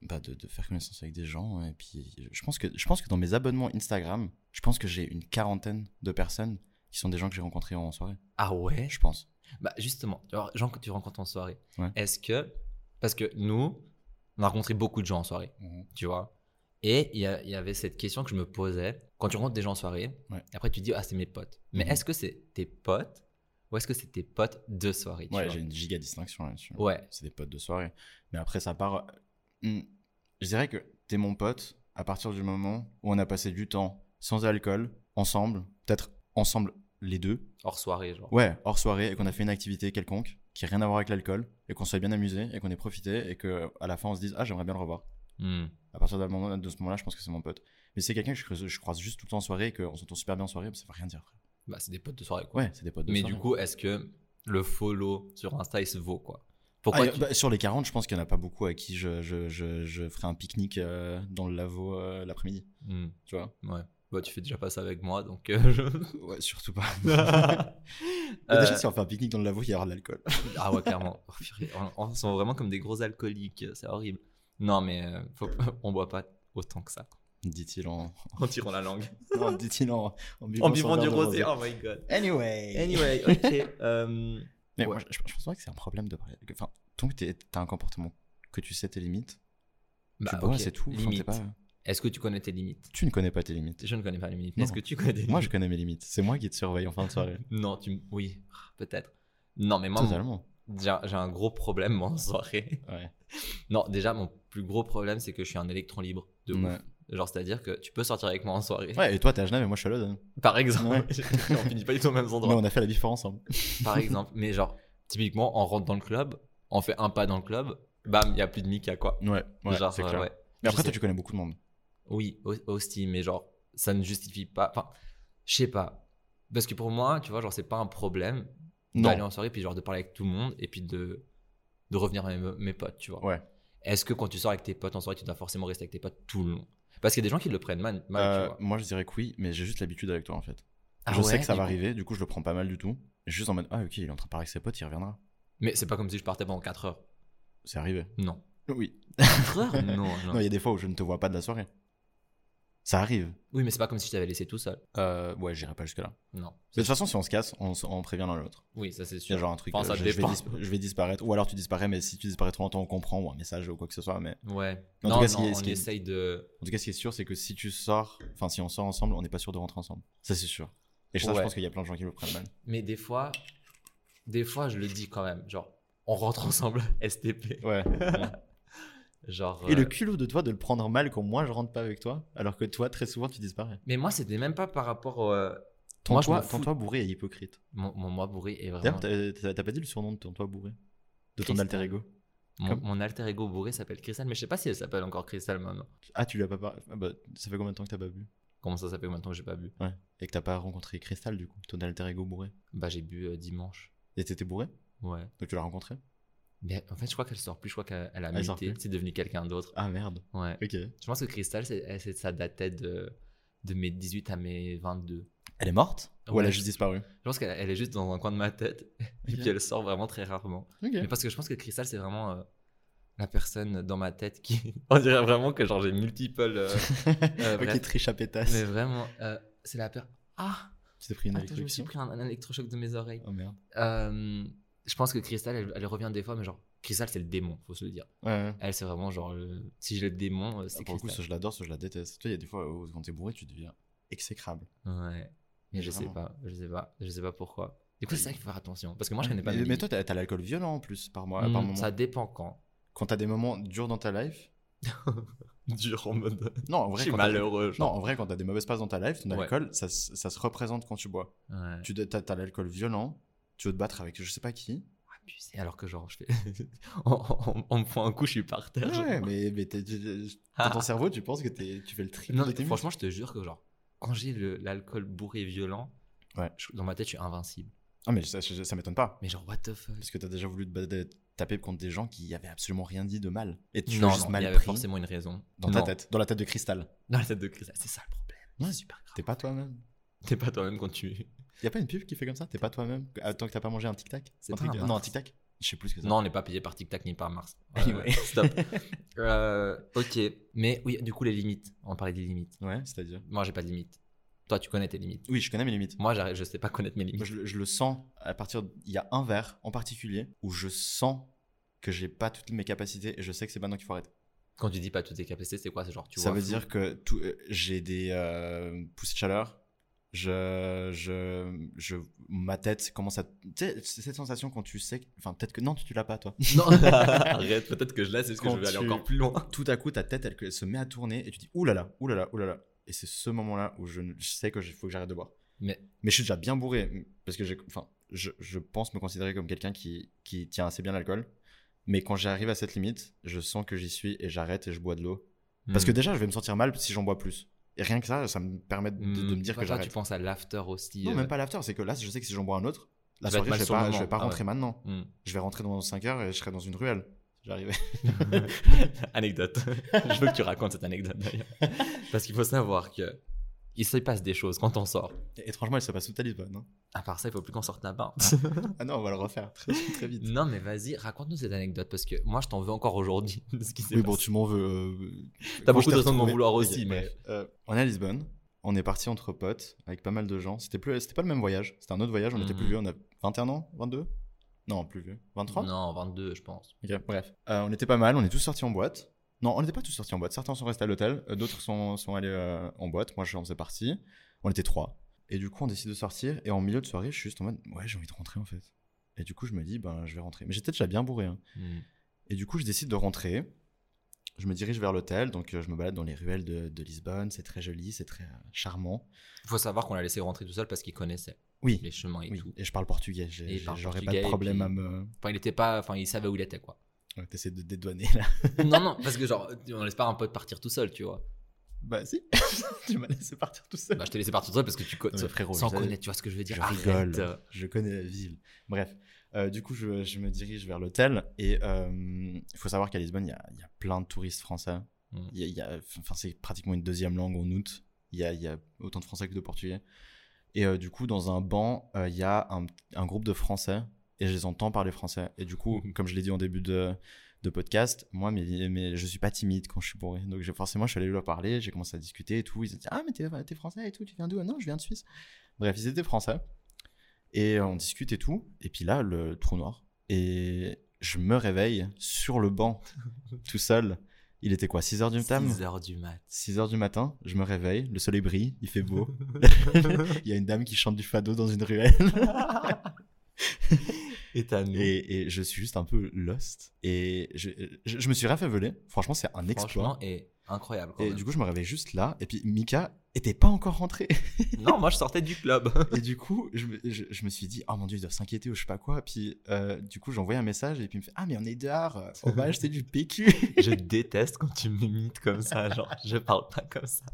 S2: bah, de, de faire connaissance avec des gens. hein, Et puis, je pense que, je pense que dans mes abonnements Instagram, je pense que j'ai une quarantaine de personnes qui sont des gens que j'ai rencontrés en soirée.
S1: Ah ouais
S2: Je pense.
S1: Bah, justement, genre, gens que tu rencontres en soirée,
S2: Ouais.
S1: est-ce que. Parce que nous, on a rencontré beaucoup de gens en soirée,
S2: Mhm.
S1: tu vois. Et il y, a- il y avait cette question que je me posais. Quand tu rencontres des gens en soirée,
S2: Ouais.
S1: après tu dis, ah, c'est mes potes. Mais
S2: Mhm.
S1: est-ce que c'est tes potes ou est-ce que c'est tes potes de soirée tu
S2: Ouais,
S1: vois
S2: j'ai une giga distinction là-dessus.
S1: Ouais.
S2: C'est des potes de soirée. Mais après, ça part. Hmm, Je dirais que t'es mon pote à partir du moment où on a passé du temps sans alcool, ensemble, peut-être ensemble les deux,
S1: hors soirée, genre.
S2: Ouais, hors soirée, et qu'on a fait une activité quelconque qui n'a rien à voir avec l'alcool, et qu'on soit bien amusé, et qu'on ait profité, et que à la fin on se dise Ah, j'aimerais bien le revoir.
S1: Hmm.
S2: À partir de, moment, de ce moment-là, je pense que c'est mon pote. Mais c'est quelqu'un que je creuse- je croise, juste tout le temps en soirée, et qu'on s'entend super bien en soirée, mais ça veut rien dire, frère.
S1: Bah, c'est des potes de soirée, quoi.
S2: Ouais, c'est des potes de
S1: Mais
S2: soirée.
S1: du coup, est-ce que le follow sur Insta, il se vaut, quoi
S2: Ah,
S1: Pourquoi
S2: y a-
S1: tu-
S2: bah, sur les 40, je pense qu'il n'y en a pas beaucoup à qui je, je, je, je ferai un pique-nique euh, dans le lavo euh, l'après-midi.
S1: Hmm.
S2: Tu vois
S1: Ouais. Bah, tu fais déjà pas ça avec moi, donc. euh, je-
S2: Ouais, surtout pas. Mais
S1: Euh,
S2: Déjà, Bah, si on fait un pique-nique dans le lavo, il y aura de l'alcool.
S1: Ah ouais, clairement. Oh, purée, on, on sent vraiment comme des gros alcooliques, euh, c'est horrible. Non, mais euh, faut pas- on boit pas autant que ça.
S2: dit-il en.
S1: En tirant la langue.
S2: non, dit-il en. En buvant,
S1: en
S2: son
S1: buvant
S2: verre
S1: du
S2: de
S1: rosé, oh my god.
S2: Anyway.
S1: Anyway, ok. euh,
S2: Mais
S1: Ouais.
S2: moi, je, je pense pas que c'est un problème de parler. que- Enfin, tant que t'es- t'as un comportement que tu sais tes limites,
S1: bah,
S2: tu bois,
S1: ok,
S2: c'est tout. Enfin, t'es
S1: Limite.
S2: pas-
S1: Est-ce que tu connais tes limites
S2: Tu ne connais pas tes limites.
S1: Je ne connais pas les limites. mais
S2: Non.
S1: Est-ce que tu connais tes
S2: Moi, je connais mes limites. C'est moi qui te surveille en fin de soirée.
S1: limites Non, tu. m- Oui, ah, peut-être. Non, mais moi, mon-
S2: Totalement.
S1: j'ai un- j'ai un gros problème moi, en soirée.
S2: Ouais.
S1: Non, déjà, mon plus gros problème, c'est que je suis un électron libre. De ouf.
S2: Ouais.
S1: Genre, c'est-à-dire que tu peux sortir avec moi en soirée.
S2: Ouais, et toi, t'es à Genève et moi, je suis à Lausanne.
S1: Par exemple.
S2: Ouais.
S1: on finit pas du tout aux mêmes
S2: Mais
S1: endroits.
S2: on a fait la hein. bifort ensemble.
S1: Par exemple. Mais genre, typiquement, on rentre dans le club, on fait un pas dans le club, bam, il y a plus de Mika, quoi.
S2: Ouais, ouais
S1: genre,
S2: c'est
S1: euh,
S2: clair.
S1: ouais. Je
S2: Mais après, toi,
S1: sais.
S2: tu connais beaucoup de monde.
S1: Oui, au- aussi, mais genre, ça ne justifie pas. Enfin, je sais pas. Parce que pour moi, tu vois, genre, c'est pas un problème d'aller
S2: Non.
S1: Bah, en soirée, puis genre de parler avec tout le monde, et puis de, de revenir à mes, mes potes, tu vois.
S2: Ouais.
S1: Est-ce que quand tu sors avec tes potes en soirée, tu dois forcément rester avec tes potes tout le long Parce qu'il y a des gens qui le prennent mal, mal,
S2: Euh,
S1: tu vois.
S2: moi, je dirais que oui, mais j'ai juste l'habitude avec toi, en fait.
S1: Ah
S2: je
S1: ouais,
S2: sais que ça
S1: du
S2: va
S1: coup.
S2: arriver, du coup, je le prends pas mal du tout. Je suis juste en mode, ah, ok, il est en train de parler avec ses potes, il reviendra.
S1: Mais c'est pas comme si je partais pendant 4 heures.
S2: C'est arrivé.
S1: Non.
S2: Oui.
S1: 4 heures Non, non.
S2: Non, il y a des fois où je ne te vois pas de la soirée. Ça arrive.
S1: Oui, mais c'est pas comme si je t'avais laissé tout seul.
S2: Euh, ouais, j'irai pas jusque-là.
S1: Non.
S2: Mais de toute façon, si on se casse, on, s- on prévient l'un l'autre.
S1: Oui, ça c'est
S2: Il y
S1: sûr.
S2: a genre un truc,
S1: Enfin, ça
S2: euh, je, je vais
S1: dépend.
S2: dis- je vais disparaître, ou alors tu disparais, mais si tu disparais trop longtemps, on comprend, ou un message, ou quoi que ce soit. Mais
S1: Ouais.
S2: En
S1: non,
S2: tout cas, ce qui
S1: non,
S2: est-
S1: on
S2: ce qui est-
S1: essaye de.
S2: en tout cas, ce qui est sûr, c'est que si tu sors, enfin, si on sort ensemble, on n'est pas sûr de rentrer ensemble. Ça, c'est sûr. Et ça,
S1: Ouais.
S2: je pense qu'il y a plein de gens qui le prennent mal.
S1: Mais des fois, des fois, je le dis quand même. Genre, on rentre ensemble, STP.
S2: Ouais.
S1: Genre.
S2: Et
S1: euh,
S2: le culot de toi de le prendre mal quand moi je rentre pas avec toi, alors que toi, très souvent, tu disparais.
S1: Mais moi, c'était même pas par rapport. au, euh,
S2: Ton
S1: Moi, je
S2: toi,
S1: m'en fous. Ah,
S2: ton toi bourré et hypocrite.
S1: Mon, mon moi bourré est vraiment.
S2: D'ailleurs, t'as- t'as t'as pas dit le surnom de ton toi bourré De ton
S1: Tristan.
S2: alter ego
S1: Mon,
S2: Comme-
S1: mon alter ego bourré s'appelle Crystal, mais je sais pas si elle s'appelle encore Crystal maintenant.
S2: Ah, tu lui as pas parlé Ah bah, Ça fait combien de temps que t'as pas bu
S1: Comment ça s'appelle maintenant que j'ai pas bu
S2: Ouais. Et que t'as pas rencontré Crystal, du coup, ton alter ego bourré.
S1: Bah j'ai bu euh, dimanche.
S2: Et t'étais bourré
S1: Ouais.
S2: Donc tu l'as rencontré
S1: Mais en fait, je crois qu'elle sort plus, je crois qu'elle elle a
S2: Elle sort
S1: muté,
S2: plus.
S1: c'est devenu quelqu'un d'autre.
S2: Ah merde.
S1: Ouais.
S2: Ok.
S1: Je pense que Crystal, c'est elle, c'est- ça datait de, de mes 18 à mes 22.
S2: Elle est morte Ou elle a
S1: Ouais.
S2: juste disparu
S1: Je pense qu'elle elle est juste dans un coin de ma tête et
S2: Ok.
S1: puis elle sort vraiment très rarement.
S2: Ok.
S1: Mais parce que je pense que Crystal, c'est vraiment euh, la personne dans ma tête qui. On dirait vraiment que genre j'ai multiple. euh, euh, bref.
S2: ok, triche à pétasse.
S1: mais vraiment, euh, c'est la peur. Ah
S2: Tu t'es pris une
S1: Attends, je me suis
S2: électrocution
S1: pris un, un électrochoc de mes oreilles.
S2: Oh merde.
S1: Euh, je pense que Crystal, elle, elle revient des fois, mais genre, Crystal, c'est le démon, faut se le dire.
S2: Ouais, ouais.
S1: Elle, c'est vraiment genre, le- si j'ai le démon, euh, c'est
S2: Ah, pour le coup,
S1: Crystal.
S2: soit je l'adore, soit je la déteste. Toi, il y a des fois où quand t'es bourré, tu deviens exécrable.
S1: Ouais. Mais je sais
S2: Vraiment.
S1: pas, je sais pas, je sais pas pourquoi. Du coup, c'est ça qu'il faut faire attention. Parce que moi, je connais pas.
S2: mais,
S1: mes
S2: mais
S1: limites.
S2: toi, t'as t'as l'alcool violent en plus par mois. par
S1: Hmm,
S2: moment.
S1: ça dépend quand.
S2: Quand t'as des moments durs dans ta life.
S1: Dur en mode.
S2: Non, en
S1: Je
S2: vrai,
S1: suis
S2: quand t'as-
S1: malheureux.
S2: Non,
S1: genre.
S2: en vrai, quand t'as des mauvaises passes dans ta life, ton
S1: Ouais.
S2: alcool, ça, se- ça se représente quand tu bois.
S1: Ouais.
S2: Tu dois- t'as t'as l'alcool violent, tu veux te battre avec je sais pas qui.
S1: Abusé. Ah, Alors que genre, je fais. on, on- on me prend un coup, je suis par terre. genre.
S2: Ouais, mais, mais t'es- t'es- t'es- dans ton cerveau, tu penses que t'es- tu fais le triple.
S1: Non,
S2: de tes
S1: franchement, je te jure que genre, quand j'ai le- l'alcool bourré et violent,
S2: Ouais.
S1: je- dans ma tête, je suis invincible.
S2: muscles. Ah, mais ça, ça, ça m'étonne pas.
S1: Mais genre, what the fuck
S2: Parce que t'as déjà voulu te battre- taper contre des gens qui avaient absolument rien dit de mal. Et tu
S1: Non,
S2: l'as juste
S1: non, il y
S2: mal
S1: avait
S2: pris
S1: forcément une raison.
S2: dans ta
S1: Non.
S2: tête, dans la tête de cristal.
S1: Dans la tête de Chris, c'est ça le problème.
S2: Ouais.
S1: C'est super grave.
S2: T'es pas toi-même.
S1: T'es pas toi-même quand tu.
S2: Y a pas une pub qui fait comme ça T'es pas toi-même Euh, Tant que t'as pas mangé un tic-tac
S1: C'est
S2: Un
S1: pas
S2: truc-
S1: un
S2: Non, un
S1: Mars.
S2: tic-tac Je sais plus ce que c'est.
S1: Non, on n'est pas payé par Tic Tac ni par Mars. Euh,
S2: Anyway.
S1: stop. Euh, ok, mais oui, du coup, les limites. On parlait des limites.
S2: Ouais, c'est-à-dire
S1: Moi, j'ai pas de limites. Toi, tu connais tes limites.
S2: Oui, je connais mes limites.
S1: Moi, j'arrive, je sais pas connaître mes
S2: Moi,
S1: limites.
S2: je, le- je le sens à partir. d- Il y a un verre en particulier où je sens que j'ai pas toutes mes capacités et je sais que c'est maintenant qu'il faut arrêter.
S1: Quand tu dis pas toutes tes capacités, c'est quoi C'est genre, tu
S2: ça
S1: vois
S2: veut
S1: flou.
S2: dire que tout, euh, j'ai des euh, poussées de chaleur. Je, je, je, ma tête commence à. Tu sais, c'est cette sensation quand tu sais. que- Enfin, peut-être que. Non, tu, tu l'as pas, toi.
S1: Non, arrête, peut-être que je l'ai, c'est ce que
S2: Quand
S1: je vais aller
S2: tu-
S1: encore plus loin.
S2: tout à coup, ta tête, elle, elle se met à tourner et tu dis oulala, oulala, oulala. Et c'est ce moment-là où je, ne- je sais que je- faut que j'arrête de boire.
S1: Mais-
S2: mais je suis déjà bien bourré parce que j'ai- enfin, je, je pense me considérer comme quelqu'un qui, qui tient assez bien l'alcool. Mais quand j'arrive à cette limite, je sens que j'y suis et j'arrête et je bois de l'eau. Parce que
S1: Hmm.
S2: déjà, je vais me sentir mal si j'en bois plus. Et rien que ça, ça me permet de,
S1: Hmm.
S2: de me dire
S1: Toi,
S2: que
S1: toi, tu
S2: j'arrête.
S1: penses à l'after aussi.
S2: Non,
S1: euh,
S2: même pas l'after, c'est que là, je sais que si j'en bois un autre, la
S1: Tu vas être
S2: soirée,
S1: mal
S2: je vais
S1: sur le
S2: pas, je
S1: moment.
S2: vais pas
S1: Ah
S2: rentrer maintenant.
S1: hmm.
S2: Je vais rentrer dans 5 heures et je serai dans une ruelle. J'arrive.
S1: anecdote. je veux que tu racontes cette anecdote d'ailleurs. Parce qu'il faut savoir que il se passe des choses quand on sort.
S2: Et Étrangement, elle se passe sous ta Lisbonne. non
S1: À part ça, il faut plus qu'on sorte là-bas.
S2: Ah non, on va le refaire très, très vite.
S1: non, mais vas-y, raconte-nous cette anecdote parce que moi, je t'en veux encore aujourd'hui de ce qui s'est
S2: Oui,
S1: passé.
S2: bon, tu m'en veux. euh,
S1: T'as
S2: quand je
S1: beaucoup de
S2: t'ai
S1: raisons de m'en
S2: retrouvé.
S1: vouloir
S2: Ok,
S1: aussi, mais-
S2: bref. Euh, on est à Lisbonne. On est parti entre potes avec pas mal de gens. C'était plus, c'était pas le même voyage. C'était un autre voyage. On était plus
S1: Mhm.
S2: vieux. On a 21 ans, 22 Non, plus vieux. 23
S1: Non, 22, je pense.
S2: Ok, bref. Euh, on était pas mal. On est tous sortis en boîte. Non, on n'était pas tous sortis en boîte. Certains sont restés à l'hôtel. euh, D'autres sont, sont allés euh, en boîte. Moi, je faisais partie. On était trois. Et du coup, on décide de sortir. Et en milieu de soirée, je suis juste en mode, ouais, j'ai envie de rentrer en fait. Et du coup, je me dis, ben, je vais rentrer. Mais j'étais déjà bien bourré. hein.
S1: Hmm.
S2: Et du coup, je décide de rentrer. Je me dirige vers l'hôtel, donc euh, je me balade dans les ruelles de, de Lisbonne. C'est très joli, c'est très euh, charmant.
S1: Faut savoir qu'on l'a laissé rentrer tout seul parce qu'il connaissait
S2: Oui,
S1: les chemins et
S2: oui.
S1: tout.
S2: Et je parle portugais. j'ai-
S1: Et il parle
S2: J'aurais pas
S1: portugais,
S2: de
S1: et
S2: problème
S1: puis-
S2: à me.
S1: Enfin, il était pas, enfin, il savait où il était quoi.
S2: Ouais, T'essaies de dédouaner là.
S1: non, non, parce que genre, on laisse pas un pote partir tout seul, tu vois.
S2: Bah si, tu m'as laissé partir tout seul.
S1: Bah, je t'ai laissé partir tout seul parce que tu co-
S2: Non, mais frérot,
S1: sans
S2: je savais-
S1: connaître, tu vois ce que je veux dire.
S2: je
S1: Arrête.
S2: rigole, je connais la ville. Bref, Euh, du coup, je, je me dirige vers l'hôtel et euh, il faut savoir qu'à Lisbonne, il y a, il y a plein de touristes français.
S1: Mm.
S2: Il y a- il y a- enfin, c'est pratiquement une deuxième langue en août. Il y a, il y a autant de français que de portugais. Et euh, du coup, dans un banc, euh, il y a un, un groupe de français et je les entends parler français. Et du coup, comme je l'ai dit en début de, de podcast, moi, mais, mais je suis pas timide quand je suis bourré. Donc, j'ai- forcément, je suis allé leur parler, j'ai commencé à discuter et tout. Ils ont dit Ah, mais t'es t'es français et tout, tu viens d'où Ah Non, je viens de Suisse. Bref, ils étaient français. Et euh, on discute et tout. Et puis là, le trou noir. Et je me réveille sur le banc, tout seul. Il était quoi 6 heures du matin
S1: 6 heures du mat.
S2: 6 heures du matin, je me réveille, le soleil brille, il fait beau. il y a une dame qui chante du fado dans une ruelle.
S1: Et t'as nous.
S2: Et, et je suis juste un peu lost. Et je, je- je me suis rien fait voler. Franchement, c'est un exploit.
S1: Franchement, et incroyable. Quand
S2: Et
S1: même.
S2: du coup, je me réveille juste là. Et puis, Mika, Et t'es pas encore rentré.
S1: Non, moi je sortais du club.
S2: Et du coup, je me, je- je me suis dit, oh mon dieu, ils doivent s'inquiéter ou je sais pas quoi. Puis euh, du coup, j'ai envoyé un message et puis il me fait, ah mais on est dehors, euh, on va acheter du PQ.
S1: je déteste quand tu m'imites comme ça, genre je parle pas comme ça.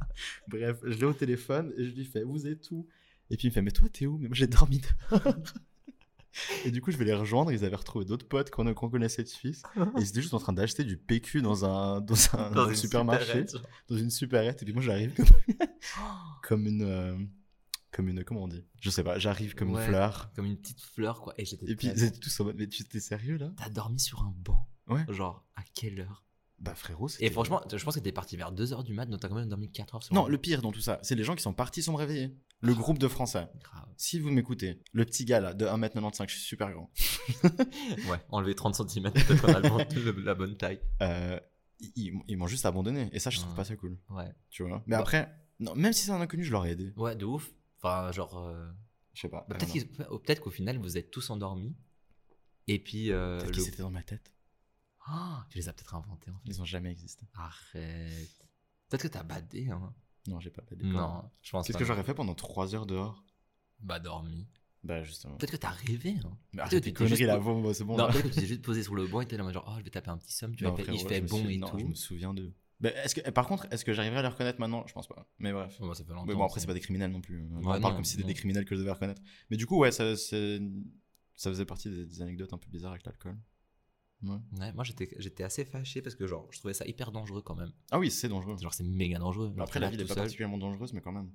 S2: Bref, je l'ai au téléphone et je lui fais, vous êtes où Et puis il me fait, mais toi t'es où Mais moi j'ai dormi dehors. et du coup, je vais les rejoindre. Ils avaient retrouvé d'autres potes qu'on qu'on connaissait de Suisse. Et ils étaient juste en train d'acheter du PQ dans un, dans un, dans un
S1: une
S2: supermarché,
S1: supérette, genre.
S2: dans une supérette. Et puis moi j'arrive comme, comme une. euh, comme une. Comment on dit Je sais pas, j'arrive comme
S1: Ouais.
S2: une fleur.
S1: Comme une petite fleur quoi. Et j'étais.
S2: Et puis ils
S1: tellement-
S2: étaient tous en mode, mais tu t'es sérieux là
S1: T'as dormi sur un banc.
S2: Ouais.
S1: Genre à quelle heure
S2: Bah frérot, c'était-
S1: Et franchement, je pense que t'es parti vers 2h du mat, donc t'as quand même dormi 4 heures sur
S2: Non,
S1: un
S2: le pire dans tout ça, c'est les gens qui sont partis sans me réveiller. Le groupe de Français.
S1: banc. Grave.
S2: Si vous m'écoutez, le petit gars là de 1m95, je suis super grand.
S1: Ouais, enlever 30 cm, peut-être qu'on a le bon- le- la bonne taille.
S2: Euh, ils- ils ils m'ont juste abandonné. Et ça, je trouve
S1: Ouais.
S2: pas ça cool.
S1: Ouais.
S2: Tu vois Mais
S1: Bah.
S2: après, non, même si c'est un inconnu, je l'aurais aidé.
S1: Ouais, de ouf. Enfin, genre. euh,
S2: Je sais pas.
S1: bah,
S2: Ah,
S1: peut-être
S2: non.
S1: qu'ils- peut- peut-être qu'au final, vous êtes tous endormis. Et puis. euh,
S2: Peut-être
S1: le-
S2: qu'ils étaient dans ma tête.
S1: Ah, tu les as peut-être inventés en fait.
S2: Ils ont jamais existé.
S1: Arrête. Peut-être que t'as badé. Hein.
S2: Non, j'ai pas fait des plans.
S1: Non, je pense
S2: Qu'est-ce
S1: pas.
S2: que j'aurais fait pendant 3 heures dehors
S1: Bah, dormi.
S2: Bah, justement.
S1: Peut-être que t'as rêvé. Hein. Peut-être
S2: Mais arrête tes
S1: que t'es juste
S2: conneries là,
S1: po-
S2: bon, bon, c'est bon.
S1: non,
S2: là.
S1: peut-être que tu t'es juste posé sur le banc et t'es là, en mode genre, oh, je vais taper un petit somme, tu vois.
S2: Non,
S1: il fait- il
S2: frérot,
S1: fait
S2: je me
S1: bon
S2: suis-
S1: et
S2: non,
S1: tout.
S2: Je me souviens d'eux. Bah, est-ce que... Par contre, est-ce que j'arriverai à les reconnaître maintenant Je pense pas. Mais bref.
S1: Bon, ça fait longtemps.
S2: Mais bon, après,
S1: ça.
S2: c'est pas des criminels non plus. On
S1: Ouais,
S2: en parle
S1: non,
S2: comme si c'était
S1: non.
S2: des criminels que je devais reconnaître. Mais du coup, ouais, ça, c'est- ça faisait partie des, des anecdotes un peu bizarres avec l'alcool. Ouais.
S1: Ouais, moi j'étais j'étais assez fâché parce que genre je trouvais ça hyper dangereux quand même.
S2: Ah oui, c'est dangereux.
S1: Genre c'est méga dangereux. Genre,
S2: Après,
S1: t'es
S2: la
S1: là
S2: ville est
S1: tout
S2: pas
S1: seul,
S2: particulièrement dangereuse, mais quand même.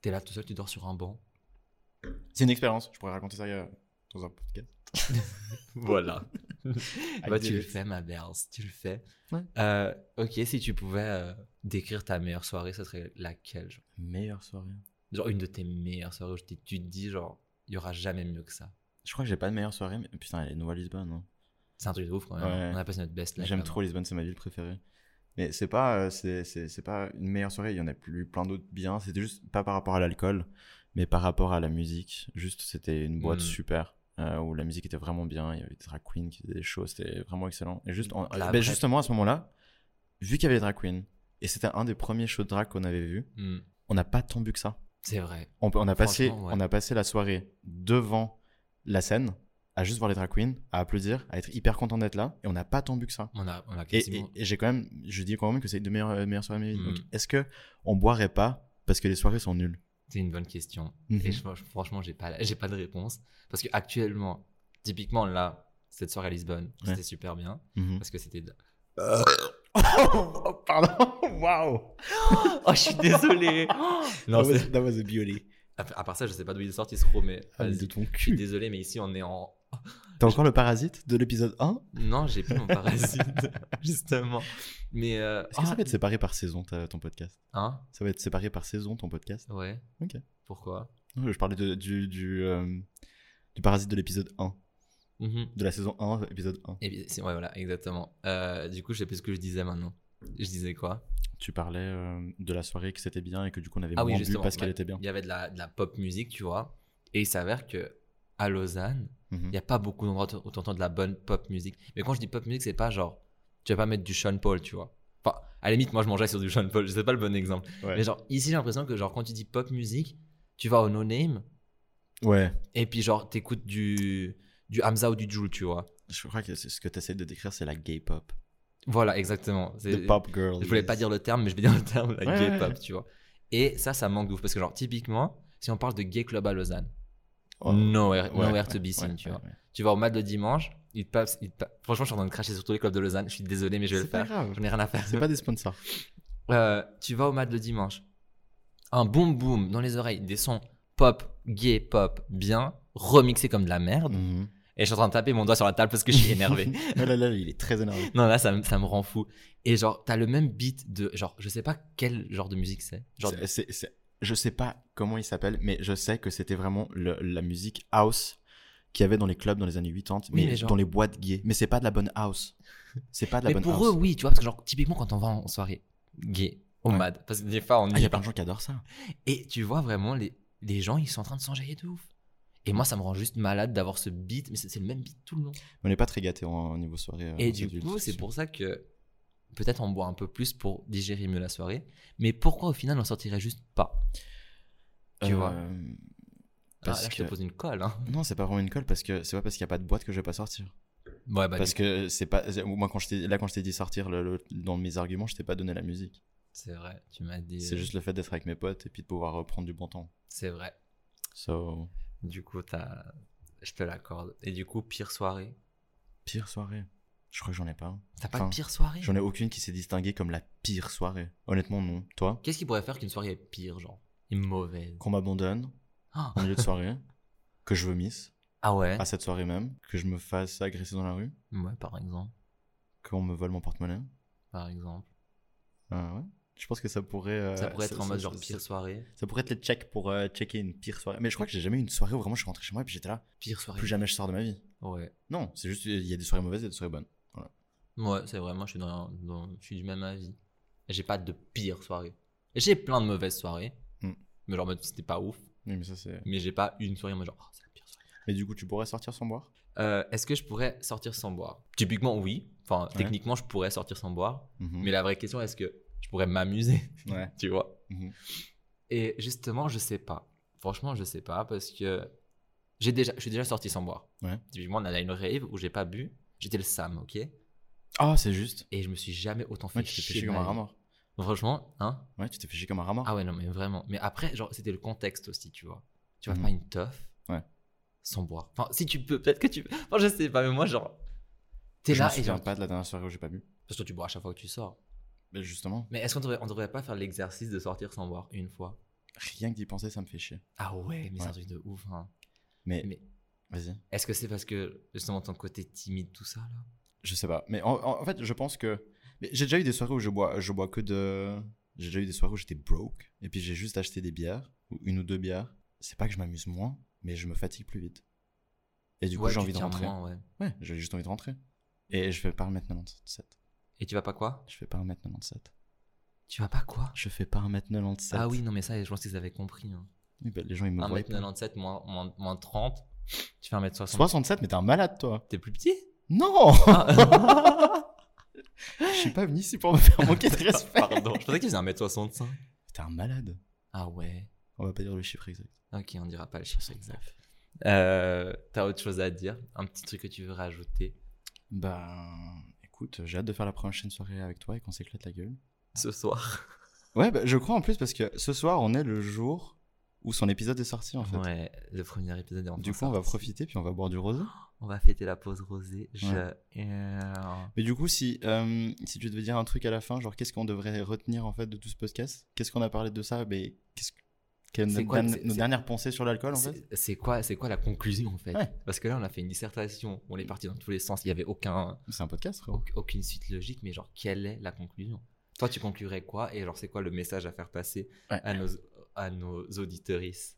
S1: T'es là tout seul, tu dors sur un banc.
S2: C'est une expérience. Je pourrais raconter ça euh, dans un podcast.
S1: Voilà. bah,
S2: Avec
S1: tu
S2: des-
S1: le fais ma belle, tu le fais.
S2: Ouais.
S1: Euh, ok, si tu pouvais euh, décrire ta meilleure soirée, ça serait laquelle genre,
S2: Meilleure soirée.
S1: Genre, une de tes meilleures soirées où tu tu te dis genre il y aura jamais mieux que ça.
S2: Je crois que j'ai pas de meilleure soirée, mais putain, elle est Nouvelle-Lisbonne. hein.
S1: C'est un truc de ouf quand même. hein.
S2: Ouais.
S1: On a passé notre best là.
S2: J'aime
S1: quand
S2: trop Lisbonne, c'est ma ville préférée. Mais c'est pas, euh, c'est, c'est, c'est pas une meilleure soirée, il y en a plus plein d'autres bien. C'était juste pas par rapport à l'alcool, mais par rapport à la musique. Juste, c'était une boîte
S1: Mm.
S2: super euh, où la musique était vraiment bien. Il y avait des drag queens qui faisaient des shows, c'était vraiment excellent. Et juste, en-
S1: De la
S2: ben
S1: vraie-
S2: justement, à ce moment-là, vu qu'il y avait des drag queens, et c'était un des premiers shows de drag qu'on avait vu,
S1: même. Hmm,
S2: on n'a pas tant bu que ça.
S1: C'est vrai.
S2: On, peut- on a passé,
S1: Franchement, ouais.
S2: on a passé la soirée devant la scène à juste voir les drag queens, à applaudir, à être hyper content d'être là, et on n'a pas tant bu que ça.
S1: On a on a
S2: Et,
S1: quasiment-
S2: et- et j'ai quand même, je dis quand même que c'est une des meilleures, euh, meilleures soirées de ma vie.
S1: Mhm.
S2: Donc, est-ce que on boirait pas parce que les soirées sont nulles
S1: C'est une bonne question.
S2: Mhm.
S1: Et je- je- franchement, j'ai pas, j'ai pas de réponse. Parce que actuellement, typiquement là, cette soirée à Lisbonne,
S2: Ouais.
S1: c'était super bien.
S2: Mm-hmm.
S1: Parce que c'était.
S2: Oh, Pardon, waouh.
S1: Oh, je suis désolé. non,
S2: That was-
S1: c'est-
S2: that was a beauty.
S1: à, à part ça, je sais pas d'où il est sorti ce mais
S2: Ah,
S1: vas-y.
S2: de ton
S1: Je suis
S2: cul.
S1: désolé, mais ici on est en.
S2: T'as encore le parasite de l'épisode 1
S1: Non, j'ai plus mon parasite, justement. Mais. euh,
S2: Est-ce que ça
S1: ah,
S2: va être séparé par saison ta- ton podcast
S1: Hein
S2: Ça va être séparé par saison ton podcast
S1: Ouais.
S2: Ok.
S1: Pourquoi
S2: Non, Je parlais de- du du, euh, du parasite de l'épisode 1,
S1: Mhm.
S2: de la saison 1, épisode 1.
S1: Et puis, c'est- ouais, voilà, exactement. Euh, du coup, je sais plus ce que je disais maintenant. Je disais quoi
S2: Tu parlais euh, de la soirée que c'était bien et que du coup on avait
S1: Ah oui,
S2: moins bu
S1: justement,
S2: parce qu'elle
S1: ouais.
S2: était bien.
S1: Il y avait de la, de la pop musique, tu vois. Et il s'avère que à Lausanne, il
S2: Mhm.
S1: n'y a pas beaucoup d'endroits où tu entends de la bonne pop musique. Mais quand je dis pop musique, c'est pas genre, tu vas pas mettre du Sean Paul, tu vois. Enfin, à la limite, moi je mangeais sur du Sean Paul, c'est pas le bon exemple.
S2: Ouais.
S1: Mais genre, ici j'ai l'impression que genre quand tu dis pop musique, tu vas au No Name
S2: ouais.
S1: et puis genre t'écoutes du, du Hamza ou du Jul, tu vois.
S2: Je crois que c'est- ce que tu essaies de décrire, c'est la gay pop.
S1: Voilà, exactement. C'est-
S2: The pop girl.
S1: Euh, Je voulais pas dire le terme, mais je vais dire le terme, la
S2: Ouais,
S1: gay
S2: ouais,
S1: pop,
S2: ouais.
S1: tu vois. Et ça, ça manque de ouf. Parce que, genre, typiquement, si on parle de gay club à Lausanne,
S2: Oh.
S1: nowhere,
S2: Ouais,
S1: nowhere
S2: ouais,
S1: to be
S2: ouais,
S1: seen, tu
S2: ouais,
S1: vois.
S2: ouais.
S1: Tu vas au mat le dimanche, ils te passent- ils te pa- Franchement, je suis en train de cracher sur tous les clubs de Lausanne, je suis désolé, mais je vais le
S2: C'est pas
S1: faire.
S2: grave.
S1: J'en ai rien à faire.
S2: C'est pas des sponsors.
S1: Euh, tu vas au mat le dimanche, un boom boom dans les oreilles, des sons pop, gay pop, bien, remixés comme de la merde. Et je suis en train de taper mon doigt sur la table parce que je suis énervé.
S2: Mhm. Ouais, là, là, il est très énervé.
S1: Non, là, ça, me- ça me rend fou. Et genre, t'as le même beat de. Genre, je sais pas quel genre de musique c'est. Genre,
S2: C'est- c'est- c'est- Je sais pas comment il s'appelle, mais je sais que c'était vraiment le- la musique house qu'il y avait dans les clubs dans les années 80,
S1: Oui,
S2: mais,
S1: mais genre-
S2: dans les boîtes gays. Mais c'est pas de la bonne house. C'est pas de la
S1: mais
S2: bonne
S1: pour
S2: house.
S1: eux, oui, tu vois, parce que, genre, typiquement, quand on va en soirée gay, au
S2: Ouais.
S1: mad, parce que des fois, on
S2: Ah,
S1: y
S2: il y
S1: est
S2: a plein
S1: pas.
S2: de gens qui adorent ça.
S1: Et tu vois vraiment, les, les gens, ils sont en train de s'enjailler de ouf. Et moi, ça me rend juste malade d'avoir ce beat, mais c'est c'est le même beat tout le long.
S2: On n'est pas très gâtés en, en niveau soirée. euh,
S1: et du
S2: adulte,
S1: coup, c'est
S2: sûr.
S1: pour ça que peut-être en boire un peu plus pour digérer mieux la soirée. Mais pourquoi au final on sortirait juste pas Tu
S2: Euh,
S1: vois. Ah,
S2: parce
S1: là, je te
S2: que-
S1: pose une colle. hein.
S2: Non, c'est pas vraiment une colle parce que c'est pas parce qu'il n'y a pas de boîte que je vais pas sortir.
S1: Ouais, bah,
S2: parce
S1: du-
S2: que c'est pas. c'est- Moi, quand je t'ai- là, quand je t'ai dit sortir le- le- dans mes arguments, je t'ai pas donné la musique.
S1: c'est vrai. Tu m'as dit.
S2: C'est juste le fait d'être avec mes potes et puis de pouvoir euh, prendre du bon temps.
S1: C'est vrai.
S2: So,
S1: Du coup, t'as- je te l'accorde. Et du coup, pire soirée.
S2: pire soirée. Je crois que j'en ai pas. un.
S1: T'as pas
S2: Enfin,
S1: de pire soirée
S2: J'en ai aucune qui s'est distinguée comme la pire soirée. Honnêtement, non. Toi,
S1: Qu'est-ce qui pourrait faire qu'une soirée est pire, genre Et mauvaise.
S2: qu'on m'abandonne
S1: Ah,
S2: en milieu de soirée, que je vomisse
S1: ah ouais
S2: à cette soirée même, que je me fasse agresser dans la rue,
S1: Ouais, par exemple.
S2: qu'on me vole mon porte-monnaie.
S1: Par exemple.
S2: Ah ouais. Je pense que ça pourrait. euh,
S1: ça pourrait être en mode genre
S2: ça-
S1: pire soirée.
S2: Ça pourrait être le check pour euh, checker une pire soirée. Mais je crois que j'ai jamais eu une soirée où vraiment je suis rentré chez moi et puis j'étais là.
S1: Pire soirée.
S2: Plus jamais je sors de ma vie.
S1: Ouais.
S2: Non, c'est juste il y a des soirées mauvaises et des soirées bonnes.
S1: Ouais, c'est vrai, moi je suis, dans, dans- je suis du même avis. J'ai pas de pire soirée. J'ai plein de mauvaises soirées,
S2: Hmm.
S1: mais genre en mode, c'était pas ouf,
S2: Oui, mais ça c'est.
S1: mais j'ai pas une soirée en mode genre oh, c'est la pire soirée.
S2: Mais du coup, tu pourrais sortir sans boire
S1: Euh, Est-ce que je pourrais sortir sans boire Typiquement oui, enfin
S2: Ouais.
S1: techniquement je pourrais sortir sans boire,
S2: Mhm.
S1: mais la vraie question est-ce que je pourrais m'amuser,
S2: Ouais.
S1: tu vois
S2: Mhm.
S1: Et justement je sais pas. Franchement je sais pas parce que j'ai déjà, je suis déjà sorti sans boire.
S2: Ouais.
S1: Typiquement on allait à une rave où j'ai pas bu, j'étais le Sam, ok
S2: Ah, c'est juste.
S1: Et je me suis jamais autant fait
S2: Ouais, tu t'es fait
S1: chier.
S2: chier
S1: de ma
S2: comme un
S1: vie.
S2: rat mort.
S1: Franchement, hein
S2: Ouais, tu t'es fait chier comme un rat mort.
S1: Ah ouais, non, mais vraiment. Mais après, genre, c'était le contexte aussi, tu vois. Tu vas
S2: Mhm.
S1: pas une teuf
S2: Ouais.
S1: sans boire. Enfin, si tu peux, peut-être que tu. Enfin, je sais pas, mais moi, genre. T'es
S2: je me
S1: là et
S2: souviens
S1: genre.
S2: pas de la dernière soirée où j'ai pas bu.
S1: Parce que tu bois à chaque fois que tu sors.
S2: Mais justement,
S1: Mais est-ce qu'on devrait, on devrait pas faire l'exercice de sortir sans boire une fois
S2: rien que d'y penser, ça me fait chier.
S1: Ah ouais, mais c'est
S2: Ouais.
S1: un truc de ouf. hein.
S2: Mais,
S1: Mais-
S2: vas-y.
S1: Est-ce que c'est parce que, justement, ton côté timide, tout ça, là
S2: Je sais pas. Mais en, en- en fait, je pense que mais j'ai déjà eu des soirées où je bois je bois que de j'ai déjà eu des soirées où j'étais broke et puis j'ai juste acheté des bières ou une ou deux bières. C'est pas que je m'amuse moins, mais je me fatigue plus vite. Et du coup,
S1: Ouais,
S2: j'ai
S1: tu
S2: envie de
S1: tiens
S2: rentrer.
S1: moins, ouais.
S2: Ouais, j'ai juste envie de rentrer. Et je vais pas remettre 97.
S1: Et tu vas pas quoi
S2: Je vais pas remettre 97.
S1: Tu vas pas quoi
S2: Je fais pas remettre 97.
S1: Ah oui, non, mais ça, je pense qu'ils avaient compris. Hein.
S2: Oui, bah, les gens ils me voient. pas.
S1: 1m97 moins, moins, moins 30. Tu fais 1m60.
S2: 67, mais t'es un malade toi.
S1: T'es plus petit
S2: Non
S1: Ah.
S2: Je suis pas venu ici pour me faire manquer de respect.
S1: Pardon, je pensais que tu faisais 1m65.
S2: T'es un malade.
S1: Ah ouais.
S2: On va pas dire le chiffre exact.
S1: Ok, on dira pas le chiffre exact. Euh, T'as autre chose à dire Un petit truc que tu veux rajouter
S2: Ben, écoute, j'ai hâte de faire la prochaine soirée avec toi et qu'on s'éclate la gueule.
S1: ce soir
S2: Ouais, bah, je crois en plus parce que ce soir, on est le jour où son épisode est sorti en fait.
S1: Ouais, le premier épisode est enfin
S2: du coup, on va
S1: sorti.
S2: profiter puis on va boire du rosé.
S1: On va fêter la pause rosée. Je...
S2: Ouais.
S1: Euh,
S2: Mais du coup, si, euh, si tu devais dire un truc à la fin, genre qu'est-ce qu'on devrait retenir en fait de tout ce podcast Qu'est-ce qu'on a parlé de ça Mais qu'est-ce que- quelles
S1: C'est
S2: nos,
S1: quoi,
S2: nos-
S1: c'est-
S2: nos
S1: c'est-
S2: dernières pensées sur l'alcool en fait
S1: c'est- C'est quoi, c'est quoi la conclusion en fait
S2: Ouais.
S1: Parce que là, on a fait une dissertation, on est parti dans tous les sens, il n'y avait aucun,
S2: C'est un podcast, frérot.
S1: au- aucune suite logique, mais genre, quelle est la conclusion Toi, tu conclurais quoi Et genre, c'est quoi le message à faire passer
S2: Ouais.
S1: à nos, à nos auditrices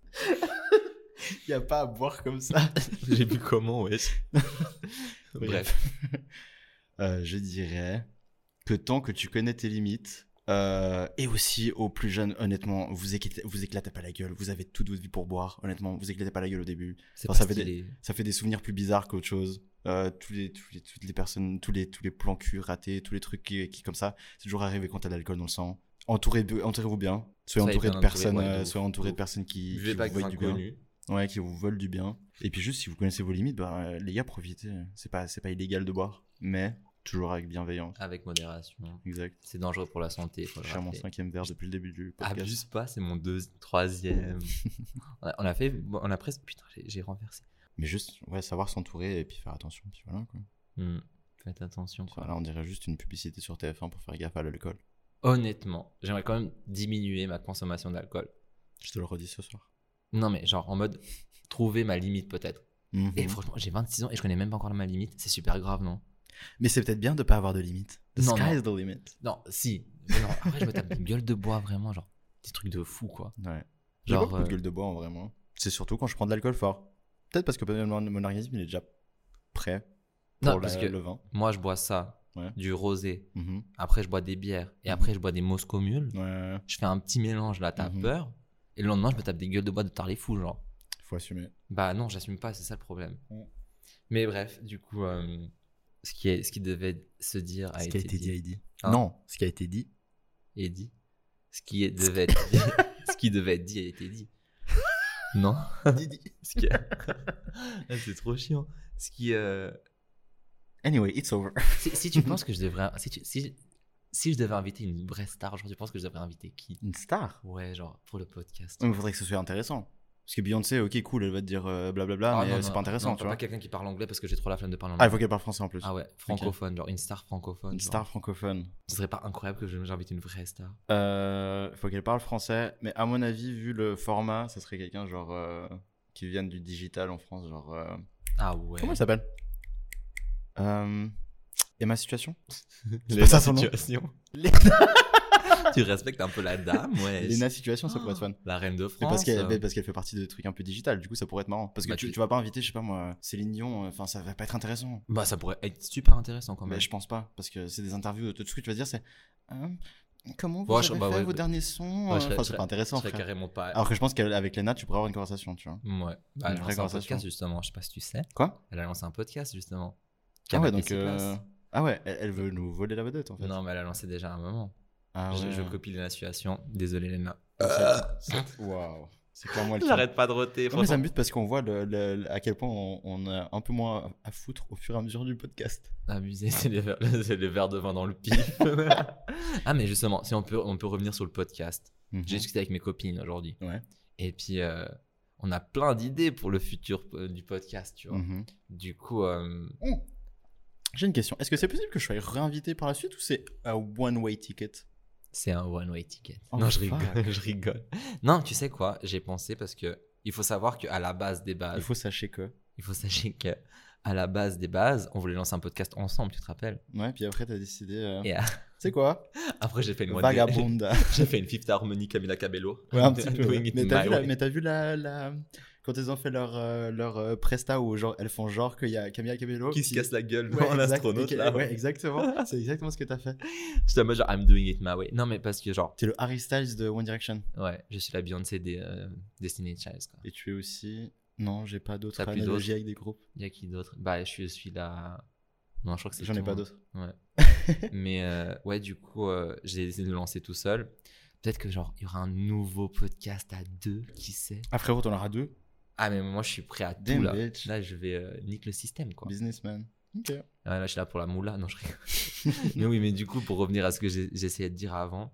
S2: Il a pas à boire comme ça.
S1: J'ai vu comment, ouais. Bref.
S2: Euh, je dirais que tant que tu connais tes limites, euh, et aussi aux plus jeunes, honnêtement, vous éclatez, vous éclatez pas la gueule, vous avez toute votre vie pour boire, honnêtement, vous éclatez pas la gueule au début.
S1: C'est
S2: Non,
S1: pas
S2: ça fait des-
S1: stylé.
S2: Ça fait des souvenirs plus bizarres qu'autre chose. Euh, tous les, tous les- toutes les personnes, tous les, tous les plans cul ratés, tous les trucs qui, qui comme ça, c'est toujours arrivé quand t'as de l'alcool dans le sang. Entourez- Entourez-vous bien. Soyez
S1: Soyez
S2: entouré
S1: bien
S2: de personnes,
S1: entouré, ouais, de
S2: euh,
S1: ouf,
S2: soyez entouré
S1: de
S2: de
S1: ouf.
S2: personnes qui,
S1: Vivez
S2: qui
S1: pas avec
S2: vous
S1: des
S2: veulent du bien.
S1: inconnus.
S2: Ouais, qui vous veulent du bien. Et puis juste, si vous connaissez vos limites, bah, euh, les gars, profitez. C'est pas, c'est pas illégal de boire, mais toujours avec bienveillance.
S1: Avec modération.
S2: Exact.
S1: C'est dangereux pour la santé. faut le
S2: Je suis à mon
S1: rappeler.
S2: cinquième verre depuis le début du podcast.
S1: Abuse pas, c'est mon deux, troisième. on, a, on a fait, bon, on a presque. Putain, j'ai- j'ai renversé.
S2: Mais juste, ouais, savoir s'entourer et puis faire attention. Puis voilà, quoi.
S1: Hmm. Faites attention. quoi.
S2: Enfin, là, on dirait juste une publicité sur TF1 pour faire gaffe à l'alcool.
S1: Honnêtement, j'aimerais quand même diminuer ma consommation d'alcool.
S2: Je te le redis ce soir.
S1: Non, mais genre en mode trouver ma limite peut-être.
S2: Mhm.
S1: Et franchement, j'ai 26 ans et je connais même pas encore ma limite. C'est super grave, non
S2: Mais c'est peut-être bien de pas avoir de limite. The
S1: Non,
S2: sky
S1: non.
S2: is the limit.
S1: Non, si. Mais non, après, je me tape des gueules de bois vraiment, genre des trucs de fou quoi.
S2: Ouais. J'ai pas
S1: Genre,
S2: beaucoup de
S1: euh,
S2: gueule de bois, en vrai, moi. C'est surtout quand je prends de l'alcool fort. Peut-être parce que peut-être mon mon organisme, il est déjà prêt pour
S1: Non,
S2: la-
S1: parce que-
S2: le vin.
S1: Moi, je bois ça,
S2: Ouais.
S1: du rosé.
S2: Mhm.
S1: Après, je bois des bières. Et
S2: Mhm.
S1: après, je bois des Moscow Mule.
S2: Ouais,
S1: Je fais un petit mélange, là, t'as
S2: Mhm.
S1: peur. Et le lendemain, je me tape des gueules de bois de tarlé fou, genre.
S2: faut assumer.
S1: Bah non, j'assume pas, c'est ça le problème.
S2: Ouais.
S1: Mais bref, du coup, euh, ce qui, est, ce qui devait se dire a
S3: ce qui
S1: été
S3: a été dit, a
S1: dit.
S3: été dit.
S1: Hein
S3: Non, ce qui a été dit.
S1: Et dit. Ce qui est- devait être dit. ce qui devait être dit a été dit. Non. Ce qui a- Ah, C'est trop chiant. Ce qui. euh,
S3: Anyway, it's over.
S1: Si, si tu penses que je devrais. Si, tu- si, si je devais inviter une vraie star, genre, tu penses que je devrais inviter qui
S3: Une star.
S1: Ouais, genre, pour le podcast.
S3: Il faudrait que ce soit intéressant. Parce que Beyoncé, ok, cool, elle va te dire euh, blablabla,
S1: Ah,
S3: mais
S1: non,
S3: euh, c'est
S1: non,
S3: pas intéressant,
S1: non,
S3: tu
S1: pas
S3: vois.
S1: quelqu'un qui parle anglais parce que j'ai trop la flemme de parler anglais.
S3: Ah, il faut qu'elle parle français en plus.
S1: Ah ouais, francophone, genre une star francophone.
S3: Une
S1: genre.
S3: star francophone.
S1: Ce serait pas incroyable que je- j'invite une vraie star.
S3: Euh,
S2: Faut qu'elle parle français, mais à mon avis, vu le format, ça serait quelqu'un genre euh, qui vienne du digital en France, genre. euh,
S1: Ah ouais.
S3: Comment elle s'appelle
S2: euh, Emma Situation
S3: C'est pas ça son nom
S1: tu respectes un peu la dame, ouais.
S2: Lena Situation, ça pourrait être fun.
S1: La reine de
S2: Mais
S1: Ah, France.
S2: parce qu'elle
S1: euh,
S2: mais parce qu'elle fait partie de trucs un peu digital, du coup ça pourrait être marrant. Parce que
S1: Bah,
S2: tu,
S1: tu-
S2: tu vas pas inviter, je sais pas moi, Céline Dion, euh, enfin ça va pas être intéressant.
S1: Bah, ça pourrait être super intéressant quand même.
S2: Mais je pense pas, parce que c'est des interviews, tout ce que tu vas dire c'est Hein, comment vous
S1: Ouais, je-
S2: avez
S1: bah
S2: fait
S1: ouais,
S2: vos
S1: bah-
S2: derniers sons
S1: Ouais,
S2: euh,
S1: je serais-
S2: Enfin
S1: je
S2: c'est
S1: serais-
S2: pas intéressant.
S1: je serais
S2: frère.
S1: carrément pas.
S2: Alors que je pense qu'avec Lena, tu pourrais avoir une conversation, tu vois.
S1: Ouais. Bah,
S2: Une
S1: elle a lancé un
S2: vraie conversation.
S1: podcast justement, je sais pas si tu sais.
S2: Quoi
S1: Elle a lancé un podcast justement.
S2: Ah ouais,
S1: Canapé
S2: donc.
S1: six
S2: euh,
S1: places.
S2: Ah ouais, elle, elle veut nous voler la vedette en fait.
S1: Non, mais elle a lancé déjà un moment.
S2: Ah
S1: Je-
S2: ouais.
S1: Je, copie Lena Situation. Désolé, Lena.
S2: C'est- Waouh. C'est clairement elle qui-
S1: J'arrête pas de roter.
S2: Non, mais ça me bute parce qu'on voit le- le- le- à quel point on, on a un peu moins à foutre au fur et à mesure du podcast.
S1: Ah, Abusé, c'est les, verres, c'est les verres de vin dans le pif. ah, mais justement, si on peut, on peut revenir sur le podcast.
S2: Mhm.
S1: J'ai discuté avec mes copines aujourd'hui.
S2: Ouais.
S1: Et puis, euh, on a plein d'idées pour le futur euh, du podcast, tu vois.
S2: Mhm.
S1: Du coup, euh,
S2: J'ai une question. Est-ce que c'est possible que je sois réinvité par la suite ou c'est un one-way ticket
S1: c'est un one-way ticket.
S2: Oh,
S1: non, je
S2: fuck.
S1: rigole, je rigole. Non, tu sais quoi J'ai pensé parce que il faut savoir qu'à la base des bases,
S2: Il faut sachez que.
S1: il faut sachez que à la base des bases, on voulait lancer un podcast ensemble, tu te rappelles
S2: Ouais, puis après, t'as décidé. euh,
S1: Et
S2: C'est quoi
S1: après, j'ai fait une
S2: Vagabonda.
S1: J'ai fait une fifth harmony Camila Cabello.
S2: Ouais, un petit peu.
S1: Doing
S2: ouais.
S1: it
S2: Mais t'as
S1: my
S2: vu, la,
S1: way.
S2: mais t'as vu la, la- Quand elles ont fait leur, euh, leur euh, presta où genre, elles font genre qu'il y a Camilla Cabello
S1: qui se casse la gueule
S2: Ouais,
S1: dans
S2: exact,
S1: l'astronaute
S2: et que-
S1: là.
S2: Ouais, exactement. c'est exactement ce que t'as fait.
S1: J'étais en mode genre I'm doing it my way. Non mais parce que genre
S2: T'es le Harry Styles de One Direction.
S1: ouais, je suis la Beyoncé des euh, Destiny's Child quoi.
S2: Et tu es aussi. Non, j'ai pas d'autres
S1: T'as plus
S2: analogies
S1: d'autres
S2: avec des groupes.
S1: Y a qui d'autre Bah je suis, je suis la Non, je crois que c'est
S2: J'en ai
S1: tout,
S2: pas
S1: hein.
S2: d'autres.
S1: Mais euh, ouais, du coup, euh, j'ai décidé de le lancer tout seul. Peut-être que genre il y aura un nouveau podcast à deux, qui sait
S2: Ah, frérot, t'en auras deux.
S1: Ah mais moi je suis prêt à tout
S2: Damn,
S1: là.
S2: bitch.
S1: Là, je vais euh, nique le système quoi.
S2: Businessman. Ok.
S1: Ouais, là, je suis là pour la moula. Non, je rigole. mais oui, mais du coup, pour revenir à ce que j'ai- j'essayais de dire avant,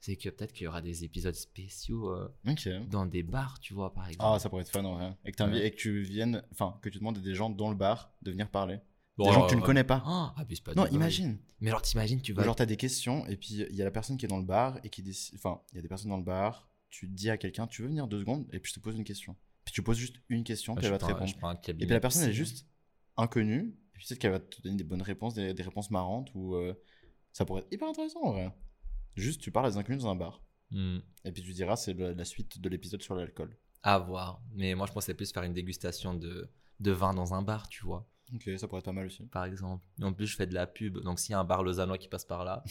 S1: c'est que peut-être qu'il y aura des épisodes spéciaux euh,
S2: Ok.
S1: dans des bars, tu vois, par exemple.
S2: Ah, ça pourrait être fun en vrai. Et que, t'invi-
S1: Ouais.
S2: et que tu viennes, enfin, que tu demandes à des gens dans le bar de venir parler.
S1: Bon,
S2: des gens
S1: alors,
S2: que tu ne
S1: euh,
S2: connais pas.
S1: Ah, abuse pas.
S2: non,
S1: désolé.
S2: imagine.
S1: Mais alors, t'imagines, tu vas.
S2: Bah, Genre, t'as des questions et puis il y a la personne qui est dans le bar et qui décide. Enfin, il y a des personnes dans le bar. Tu dis à quelqu'un, tu veux venir deux secondes et puis je te pose une question. Puis tu poses juste une question,
S1: Ah,
S2: puis
S1: je
S2: elle va te
S1: prends un-
S2: répondre.
S1: je prends un cabinet
S2: Et puis la personne elle est
S1: psy.
S2: juste inconnue. Et puis peut-être qu'elle va te donner des bonnes réponses, des, des réponses marrantes ou. euh, ça pourrait être hyper intéressant en vrai. Juste, tu parles à des inconnus dans un bar.
S1: Hmm,
S2: Et puis tu diras, c'est le- la suite de l'épisode sur l'alcool.
S1: À voir. Mais moi, je pensais plus faire une dégustation de, de vin dans un bar, tu vois,
S2: Ok, ça pourrait être pas mal aussi.
S1: par exemple. Et en plus, je fais de la pub. Donc, s'il y a un bar lausannois qui passe par là,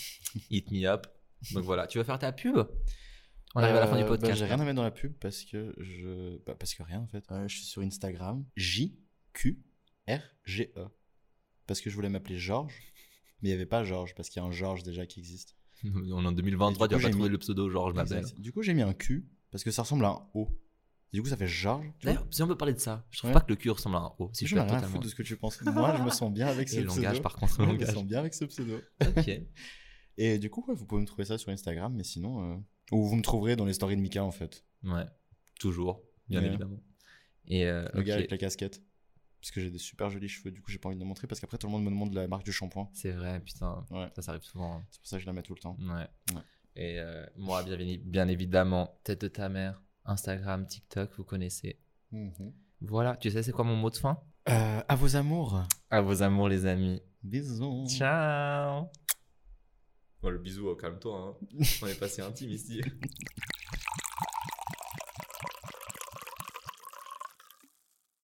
S1: hit me up. Donc voilà. Tu veux faire ta pub On arrive à la fin du
S2: Euh, bah,
S1: podcast.
S2: j'ai rien à mettre dans la pub parce que je. bah, parce que rien en fait. Euh, je suis sur Instagram. J-Q-R-G-E. E. Parce que je voulais m'appeler Georges, mais il n'y avait pas Georges parce qu'il y a un Georges déjà qui existe.
S1: On est en
S2: Et
S1: 2023,
S2: du
S1: tu
S2: coup,
S1: vas pas
S2: j'ai
S1: trouver
S2: mis- Ah,
S1: le pseudo Georges Mabel.
S2: Exact. Du coup, j'ai mis un Q parce que ça ressemble à un O. Et du coup, ça fait Georges. tu vois.
S1: D'ailleurs, si on peut parler de ça, je trouve
S2: Ouais.
S1: pas que le cul ressemble à un O. Si
S2: Mais
S1: je
S2: j'en
S1: perds
S2: ai rien à
S1: totalement.
S2: foutre de ce que tu penses. Moi, je me sens bien avec
S1: Et
S2: ce
S1: le
S2: pseudo.
S1: langage, par contre, le
S2: Je me
S1: langage.
S2: sens bien avec ce pseudo.
S1: Ok.
S2: Et du coup, ouais, vous pouvez me trouver ça sur Instagram, mais sinon. euh, Ou vous me trouverez dans les stories de Mika en fait.
S1: Ouais. Toujours, bien
S2: Ouais.
S1: évidemment. Et euh,
S2: Le gars
S1: ok,
S2: avec la casquette. Parce que j'ai des super jolis cheveux, du coup j'ai pas envie de le montrer parce qu'après tout le monde me demande la marque du shampoing.
S1: c'est vrai, putain.
S2: Ouais.
S1: Ça, ça arrive souvent. hein.
S2: C'est pour ça que je la mets tout le temps.
S1: Ouais.
S2: Ouais.
S1: Et euh, moi, bien, évi- bien évidemment, tête de ta mère, Instagram, TikTok, vous connaissez. Voilà, tu sais, c'est quoi mon mot de fin
S2: Euh, à vos amours.
S1: À vos amours, les amis.
S2: Bisous.
S1: oh, Ciao Bon, le bisou, calme-toi. On est hein. passé intime ici.